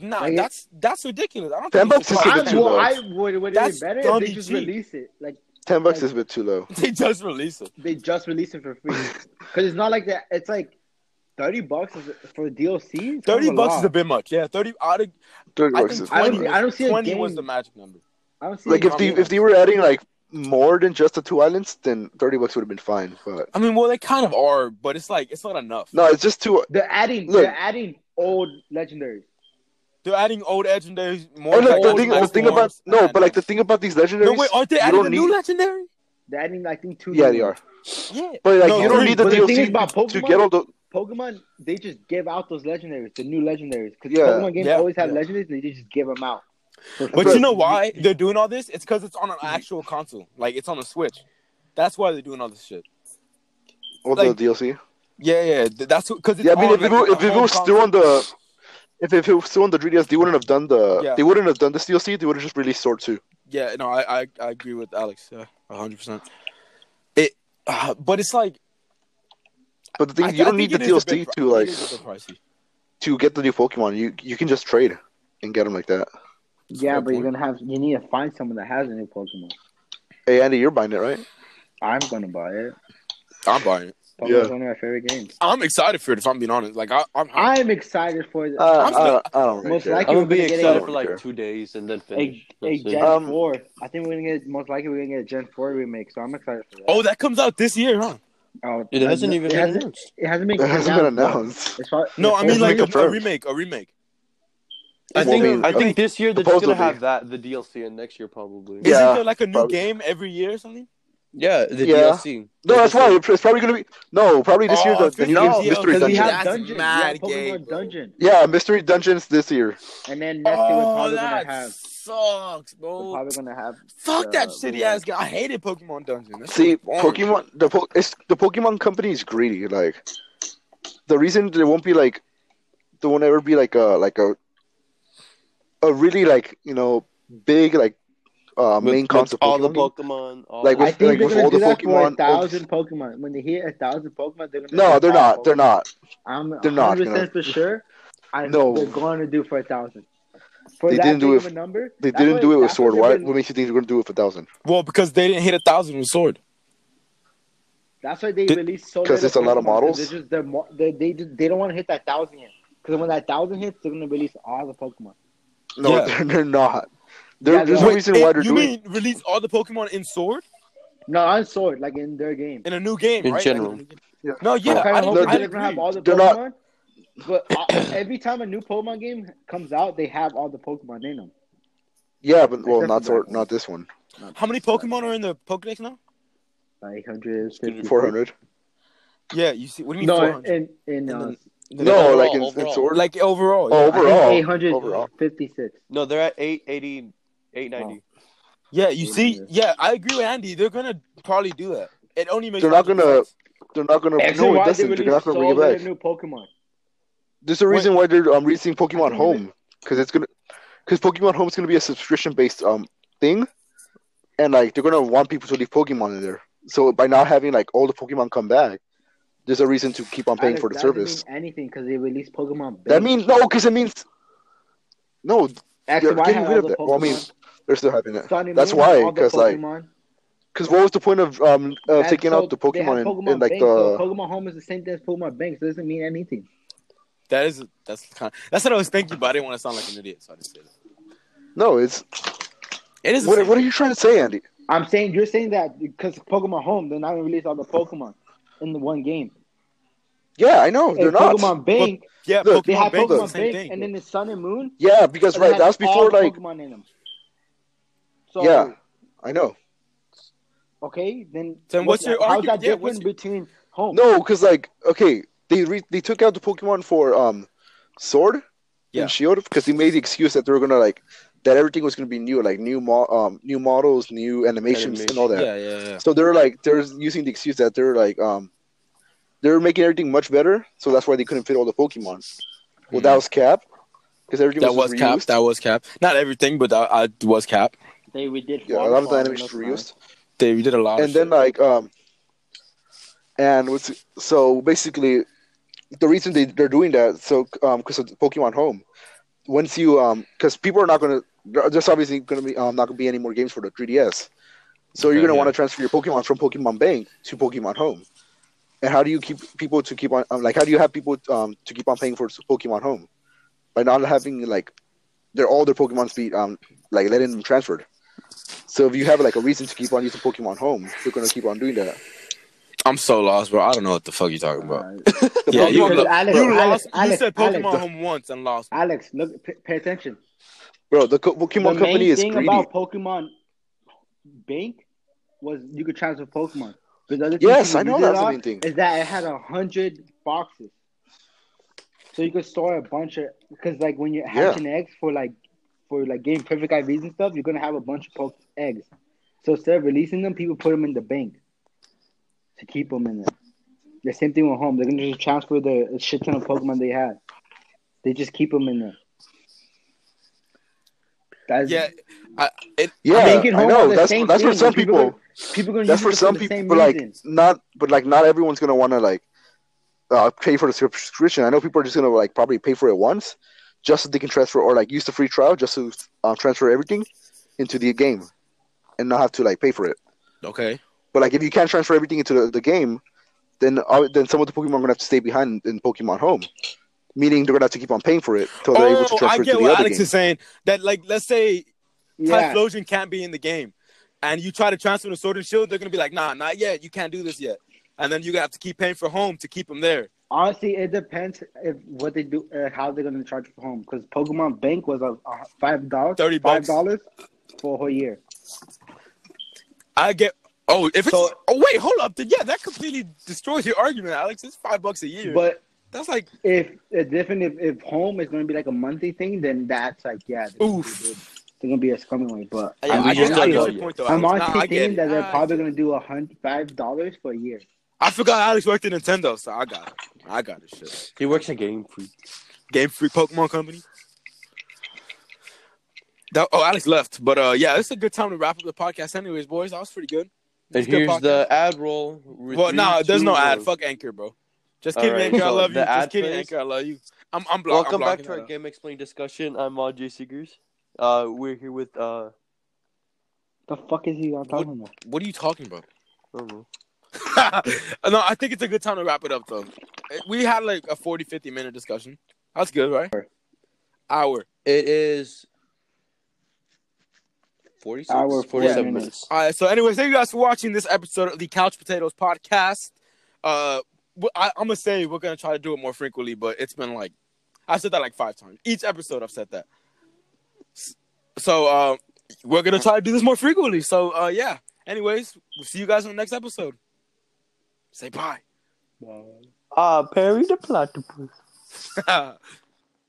S1: Nah,
S4: Like it-
S1: that's that's ridiculous. I don't.
S3: Ten
S1: think it
S3: bucks
S1: should
S3: is
S1: cost
S3: a
S4: I
S3: bit
S1: that
S3: too
S1: much.
S4: would,
S3: low.
S4: I would. Would it
S1: That's
S4: be better if
S1: dummy
S4: they just
S1: G.
S4: release it? Like
S3: Ten bucks
S4: like-
S3: is a bit too low.
S1: They just released it.
S4: they just release it for free? Because it's not like that. It's like Thirty bucks is, for DLC. It's
S1: Thirty
S4: kind of
S1: bucks is a
S4: lot.
S1: bit much. Yeah, thirty. I think,
S3: Thirty
S1: I
S3: bucks
S1: think
S3: is
S4: I don't,
S1: 20,
S4: see- I don't see a
S1: twenty
S4: game.
S1: was the magic number.
S4: I don't see
S3: like
S4: a
S3: if they
S4: game.
S3: if they were adding like more than just the two islands, then thirty bucks would have been fine. But
S1: I mean, well, they kind of are, but it's like it's not enough.
S3: no, it's just two.
S4: they're adding
S3: Look.
S4: they're adding old legendaries.
S1: They're adding old legendaries. More
S3: And like, Oh, the
S1: old
S3: thing, the
S1: max
S3: thing about
S1: forms,
S3: no,
S1: and-
S3: but like the thing about these legendaries,
S1: no wait, aren't they
S3: you
S1: adding
S3: don't
S1: a
S3: need-
S1: new legendary?
S4: They're adding I think two.
S3: yeah,
S4: new
S3: they are.
S4: ones.
S1: Yeah,
S3: But like
S1: No,
S3: you don't
S1: dude,
S3: need the
S4: but the thing
S3: DLC
S4: is about
S3: to
S4: Pokemon-
S3: get all the.
S4: Pokemon they just give out those legendaries, the new legendaries. Because
S3: Yeah.
S4: Pokemon games
S1: Yeah.
S4: always have
S1: Yeah.
S4: legendaries, and they just give them out. for
S1: but
S4: free.
S1: you know why they're doing all this? It's because it's on an actual console. Like it's on a Switch. That's why they're doing all this shit.
S3: All
S1: like-
S3: the DLC.
S1: Yeah, yeah. th- That's because it's
S3: Yeah, I mean,
S1: on,
S3: if it,
S1: like,
S3: were-
S1: the
S3: if it
S1: home
S3: was still on the, if, if it was still on the 3DS, they wouldn't have done the,
S1: Yeah.
S3: they wouldn't have done this DLC. They would have just released Sword 2.
S1: Yeah, no, I I, I agree with Alex. Yeah, hundred percent. It, uh, but it's like
S3: But the thing,
S1: I-
S3: is, you
S1: I
S3: don't need
S1: think
S3: the
S1: it is a
S3: DLC
S1: bit pri-
S3: to like
S1: it is a bit pricey.
S3: to get the new Pokemon. You you can just trade and get them like that.
S4: yeah,
S1: Fair
S4: but you're
S1: point.
S4: gonna have you need to find someone that has a new Pokemon.
S3: Hey Andy, you're buying it, right?
S4: I'm gonna buy it.
S1: I'm buying it.
S4: Pokemon's
S3: Yeah.
S4: one of my favorite games.
S1: I'm excited for it. If I'm being honest, like I, I'm. hyped.
S4: I'm excited for it.
S3: Uh, I,
S1: still-
S3: don't, I don't really
S4: Most
S3: care.
S5: I'm
S4: likely- think
S3: I'm-
S5: gonna
S4: we're
S5: be
S4: gonna get
S5: excited
S3: a-
S5: for like
S3: Sure.
S5: two days and then finish.
S4: a, a
S5: That's it.
S4: Gen
S3: Um,
S4: Four. I think we're gonna get most likely we're gonna get a Gen Four remake. So I'm excited for that.
S1: oh, that comes out this year, huh?
S4: Oh,
S5: It hasn't even
S4: it
S5: been
S4: hasn't,
S5: announced.
S4: it hasn't been
S3: it hasn't been
S4: yet.
S3: announced.
S4: It's probably-
S1: No, I mean
S4: it's
S1: like a, a
S3: confirmed.
S1: remake, a remake.
S5: I
S3: Well,
S5: think
S3: I mean,
S5: I think this year they're just gonna
S3: supposedly.
S5: have that the DLC and next year probably.
S3: Yeah.
S1: Isn't there like a new
S3: probably.
S1: game every year or something?
S5: Yeah, the
S3: Yeah.
S5: DLC.
S3: No, that's why it's probably gonna be no, probably this year
S1: Oh,
S3: the, the new
S1: no,
S3: game's Mystery
S1: because
S4: Because we
S3: Dungeon.
S4: have
S1: That's
S4: Dungeon. We
S1: mad
S4: have Pokemon
S1: gay, bro.
S4: Dungeon.
S3: Yeah, Mystery Dungeons this year.
S4: And then next year
S1: Oh,
S3: Oh,
S4: we're probably gonna have
S1: sucks,
S4: we're
S1: bro.
S4: probably gonna have
S1: Fuck that
S4: uh,
S1: shitty ass game. I hated Pokemon Dungeon. That's
S3: See,
S1: so boring.
S3: Pokemon the po- it's, the Pokemon company is greedy. Like the reason there won't be like there won't ever be like a like a a really like you know big like uh,
S5: With-
S3: main
S5: with
S3: concept
S5: all the
S3: Pokemon game.
S5: Pokemon. All
S3: Like,
S5: the-
S4: I think
S3: like,
S4: they're
S3: with
S4: gonna
S3: all
S4: do
S3: the
S4: that for a
S3: Pokemon, all
S4: thousand Pokemon. When they hear a thousand Pokemon, they're gonna do
S3: No, they're
S4: five
S3: not. They're
S4: Pokemon.
S3: not.
S4: I'm
S3: They're not
S4: 100
S3: gonna-
S4: for sure. I know
S3: No.
S4: they're going to do for a thousand. For
S3: They
S4: that
S3: didn't
S4: big
S3: do it
S4: of
S3: f-
S4: a number,
S3: They
S4: that's
S3: didn't
S4: what-
S3: do it with
S4: that's what
S3: Sword.
S4: they've
S3: Why?
S4: been-
S3: What makes you think they're gonna do it with Thousand?
S1: Well, because they didn't hit a thousand with Sword.
S4: That's why they
S1: Did-
S4: released so
S3: 'cause
S4: little
S3: it's a lot of
S4: Pokemon,
S3: models?
S4: They're just, they're mo- they they just, they don't want to hit that thousand yet. Because when that thousand hits, they're gonna release all the Pokemon.
S3: No,
S1: Yeah.
S3: they're, they're not. There-
S4: Yeah,
S3: there's
S4: they're-
S3: no reason why
S1: It-
S3: they're
S1: you
S3: doing.
S1: mean release all the Pokemon in Sword
S4: No, on Sword, like in their game.
S1: in a new game,
S5: In
S1: right? Like,
S5: general.
S1: in a new game.
S3: Yeah.
S1: No, yeah,
S4: I
S1: I
S4: kind of
S1: don't.
S4: hope
S1: I
S4: they're
S1: agree.
S4: gonna have all the
S3: They're not-
S4: Pokemon. But uh, every time a new Pokemon game comes out, they have all the Pokemon in them.
S3: Yeah, but well,
S4: Except
S3: not
S4: for
S3: Sword,
S4: that one.
S3: not this one.
S1: How many Pokemon are in the Pokédex now?
S4: Like hundred fifty.
S3: Four hundred.
S1: Yeah, you see. What do you mean?
S4: No,
S1: 400?
S4: in in uh,
S1: And
S3: No,
S5: overall,
S3: like in, in
S5: overall.
S3: Sword.
S1: like overall.
S3: Oh,
S1: yeah.
S3: overall,
S4: eight hundred
S3: overall.
S4: fifty-six.
S5: No, they're at 880, 890.
S1: Yeah, you see,
S4: Yeah.
S1: yeah, I agree with Andy. They're gonna probably do that. It only makes.
S3: They're not
S1: logical
S3: gonna-
S1: sense.
S3: They're not gonna.
S4: Actually,
S3: no, it
S4: why they
S3: doesn't. They're
S4: released
S3: not gonna
S4: so
S3: bring it
S4: many
S3: back.
S4: new Pokemon?
S3: There's a reason why they're um, releasing Pokemon
S4: Wait.
S3: Home because it's gonna because Pokemon Home is gonna be a subscription based um thing, and like they're gonna want people to leave Pokemon in there. So by now having like all the Pokemon come back, there's a reason to keep on paying
S4: Alex,
S3: for the
S4: that doesn't
S3: service.
S4: mean anything because they released Pokemon.
S3: That
S4: Base.
S3: means no, because it means no.
S4: actually
S3: they're
S4: why
S3: getting
S4: have
S3: rid
S4: all
S3: of
S4: the
S3: that. Well, I
S4: Pokemon?
S3: mean, They're still having it.
S4: Sun and
S3: That's
S4: Moon had
S3: why,
S4: all the
S3: 'cause, like,
S4: Pokemon.
S3: Because what was the point of um uh,
S4: And
S3: taking
S4: so
S3: out the
S4: they had
S3: Pokemon, in-
S4: Pokemon
S3: in, like uh,
S4: Bank,
S3: the
S4: so Pokemon Home is the same thing as Pokemon Bank, so it doesn't mean anything.
S1: That is. That's kind. Of, that's what I was thinking, but I didn't want to sound like an idiot, so I just said it.
S3: no? It's
S1: It is. the
S3: what,
S1: same.
S3: what are you trying to say, Andy?
S4: I'm saying you're saying that because Pokemon Home they're not gonna release all the Pokemon in the one game.
S3: Yeah, I know they're
S4: And
S3: not.
S4: Pokemon Bank,
S1: yeah,
S3: Look,
S1: Pokemon
S4: they had
S1: Bank is the
S4: Pokemon
S1: same
S4: Bank,
S1: thing.
S4: and then the Sun and Moon.
S3: Yeah, because
S4: they
S3: right,
S4: had
S3: that was
S4: all
S3: before
S4: the
S3: like
S4: Pokemon in them. So,
S3: yeah, I know.
S4: Okay, then.
S1: Then what's your
S4: how's
S1: argument?
S4: that
S1: Yeah, what's
S4: different between Home?
S3: No, because like okay, they re- they took out the Pokemon for um Sword
S1: Yeah.
S3: and Shield because they made the excuse that they were gonna like that everything was gonna be new, like new mo- um new models, new animations, and all that.
S1: Yeah, yeah, yeah.
S3: So they're like they're using the excuse that they're like um they're making everything much better, so that's why they couldn't fit all the Pokemon. Well, that was cap because everything
S1: Mm. That
S3: was,
S1: was
S3: reused.
S1: cap. That was cap. Not everything, but that I was cap.
S4: They we did.
S3: yeah, a lot of the
S4: Waterfall,
S3: animations
S4: and
S3: were
S4: that's
S3: reused.
S1: They did a lot. of
S3: and then
S1: shit.
S3: like um and what's so basically the reason they, they're doing that so um because of pokemon home once you um because people are not gonna there- there's obviously gonna be um, not gonna be any more games for the 3ds so you're
S1: Okay,
S3: gonna
S1: yeah.
S3: want to transfer your pokemon from pokemon bank to pokemon home And how do you keep people to keep on um, like how do you have people um to keep on paying for Pokemon Home by not having like their all their Pokemon's be um like letting them transferred. So if you have like a reason to keep on using Pokemon Home, you're gonna keep on doing that.
S6: I'm so lost, bro. I don't know what the fuck you're talking about.
S3: The
S6: Yeah,
S3: problem-
S6: you-
S4: Because
S6: look,
S4: Alex,
S1: you
S4: Alex,
S1: lost. you
S4: Alex,
S1: said Pokemon
S4: Alex,
S1: Home once and lost.
S4: Alex, look, p- pay attention.
S3: bro, the co- Pokemon
S4: the
S3: company
S4: main
S3: is
S4: thing
S3: greedy.
S4: about Pokemon Bank was you could transfer Pokemon. But the other
S3: Yes,
S4: people
S3: I know
S4: use it
S3: that's the
S4: on
S3: main thing.
S4: Is that it had a hundred boxes, so you could store a bunch of because like when you're
S3: Yeah.
S4: hatching eggs for like for like getting perfect IVs and stuff, you're gonna have a bunch of poke eggs. So instead of releasing them, people put them in the bank to keep them in there. The same thing with home. They're gonna just transfer the shit ton of Pokemon they had. They just keep them in there. That's,
S1: Yeah,
S3: yeah, I,
S4: Bank and home are
S3: know.
S4: the
S3: That's
S4: same
S3: that's for
S4: thing,
S3: some
S4: and people
S3: people.
S4: People gonna
S3: that's
S4: use
S3: for
S4: it
S3: some
S4: the
S3: people
S4: same
S3: but like
S4: reason.
S3: not but like not everyone's gonna want to like uh, pay for the subscription i know people are just gonna like probably pay for it once just so they can transfer or like use the free trial just to uh, transfer everything into the game and not have to like pay for it
S1: okay.
S3: but like if you can't transfer everything into the, the game then uh, then some of the pokemon are gonna have to stay behind in pokemon home meaning they're gonna have to keep on paying for it until they're able to
S1: Oh, I
S3: transfer it to
S1: get
S3: the
S1: what
S3: other
S1: Alex
S3: game
S1: is saying. That like, let's say
S4: Yeah,
S1: Typhlosion can't be in the game, and you try to transfer to Sword and Shield, they're gonna be like, nah, not yet. You can't do this yet. And then you gotta have to keep paying for home to keep them there.
S4: honestly, it depends if what they do, uh, how they're gonna charge for home. Because Pokemon Bank was a uh, five dollars,
S1: $30
S4: five dollars for a whole year.
S1: I get. Oh, if it's
S4: So-
S1: oh wait, hold up. Then, yeah, that completely destroys your argument, Alex. It's five bucks a year.
S4: But
S1: that's like
S4: if it's different, if, if home is gonna be like a monthly thing, then that's like yeah, they're gonna,
S1: Oof.
S4: Be, good. ththey're gonna be a scummy way. But
S1: yeah,
S4: I'm
S1: I, get, I
S4: honestly,
S1: get
S5: know
S1: your
S5: you.
S1: point though.
S4: I'm
S1: Alex.
S4: honestly
S1: Nah, I get
S4: thinking
S1: it.
S4: that they're
S1: I-
S4: probably gonna do a hundred five dollars for a year.
S1: I forgot Alex worked at Nintendo, so I got it. I got it. Shit.
S5: He works at Game Freak.
S1: Game Freak Pokemon Company. That- oh, Alex left, but uh, yeah, it's a good time to wrap up the podcast, anyways, boys. That was pretty good.
S5: And
S1: It's a good
S5: here's
S1: podcast.
S5: the ad roll. With
S1: well,
S5: three,
S1: nah, there's
S5: two,
S1: no ad.
S5: one.
S1: Fuck Anchor, bro. Just
S5: All
S1: kidding,
S5: right,
S1: Anchor. I
S5: so
S1: love you.
S5: the
S1: Just
S5: ad
S1: kidding,
S5: plays?
S1: Anchor. I love you. I'm I'm, blo-
S5: Welcome
S1: I'm
S5: back to our
S1: blocking
S5: Game Explain discussion. I'm RJ Seegers. Uh, we're here with uh,
S4: The fuck is he on
S1: What-
S4: talking about?
S1: that. What are you talking about?
S5: I don't know.
S1: no, I think it's a good time to wrap it up, though. We had like a 40, 50 minute discussion. That's good, right? Hour.
S5: It is 46,
S4: Hour,
S5: 47
S1: 40
S5: minutes.
S4: minutes.
S1: All right. So, anyways, thank you guys for watching this episode of the Couch Potatoes podcast. Uh, wh- I, I'm gonna say we're gonna try to do it more frequently, but it's been like I've said that like five times. Each episode, I've said that. S- So, uh, we're gonna try to do this more frequently. So, uh, yeah. Anyways, we'll see you guys in the next episode. Say bye.
S5: Ah, Perry the Uh, platypus.
S1: all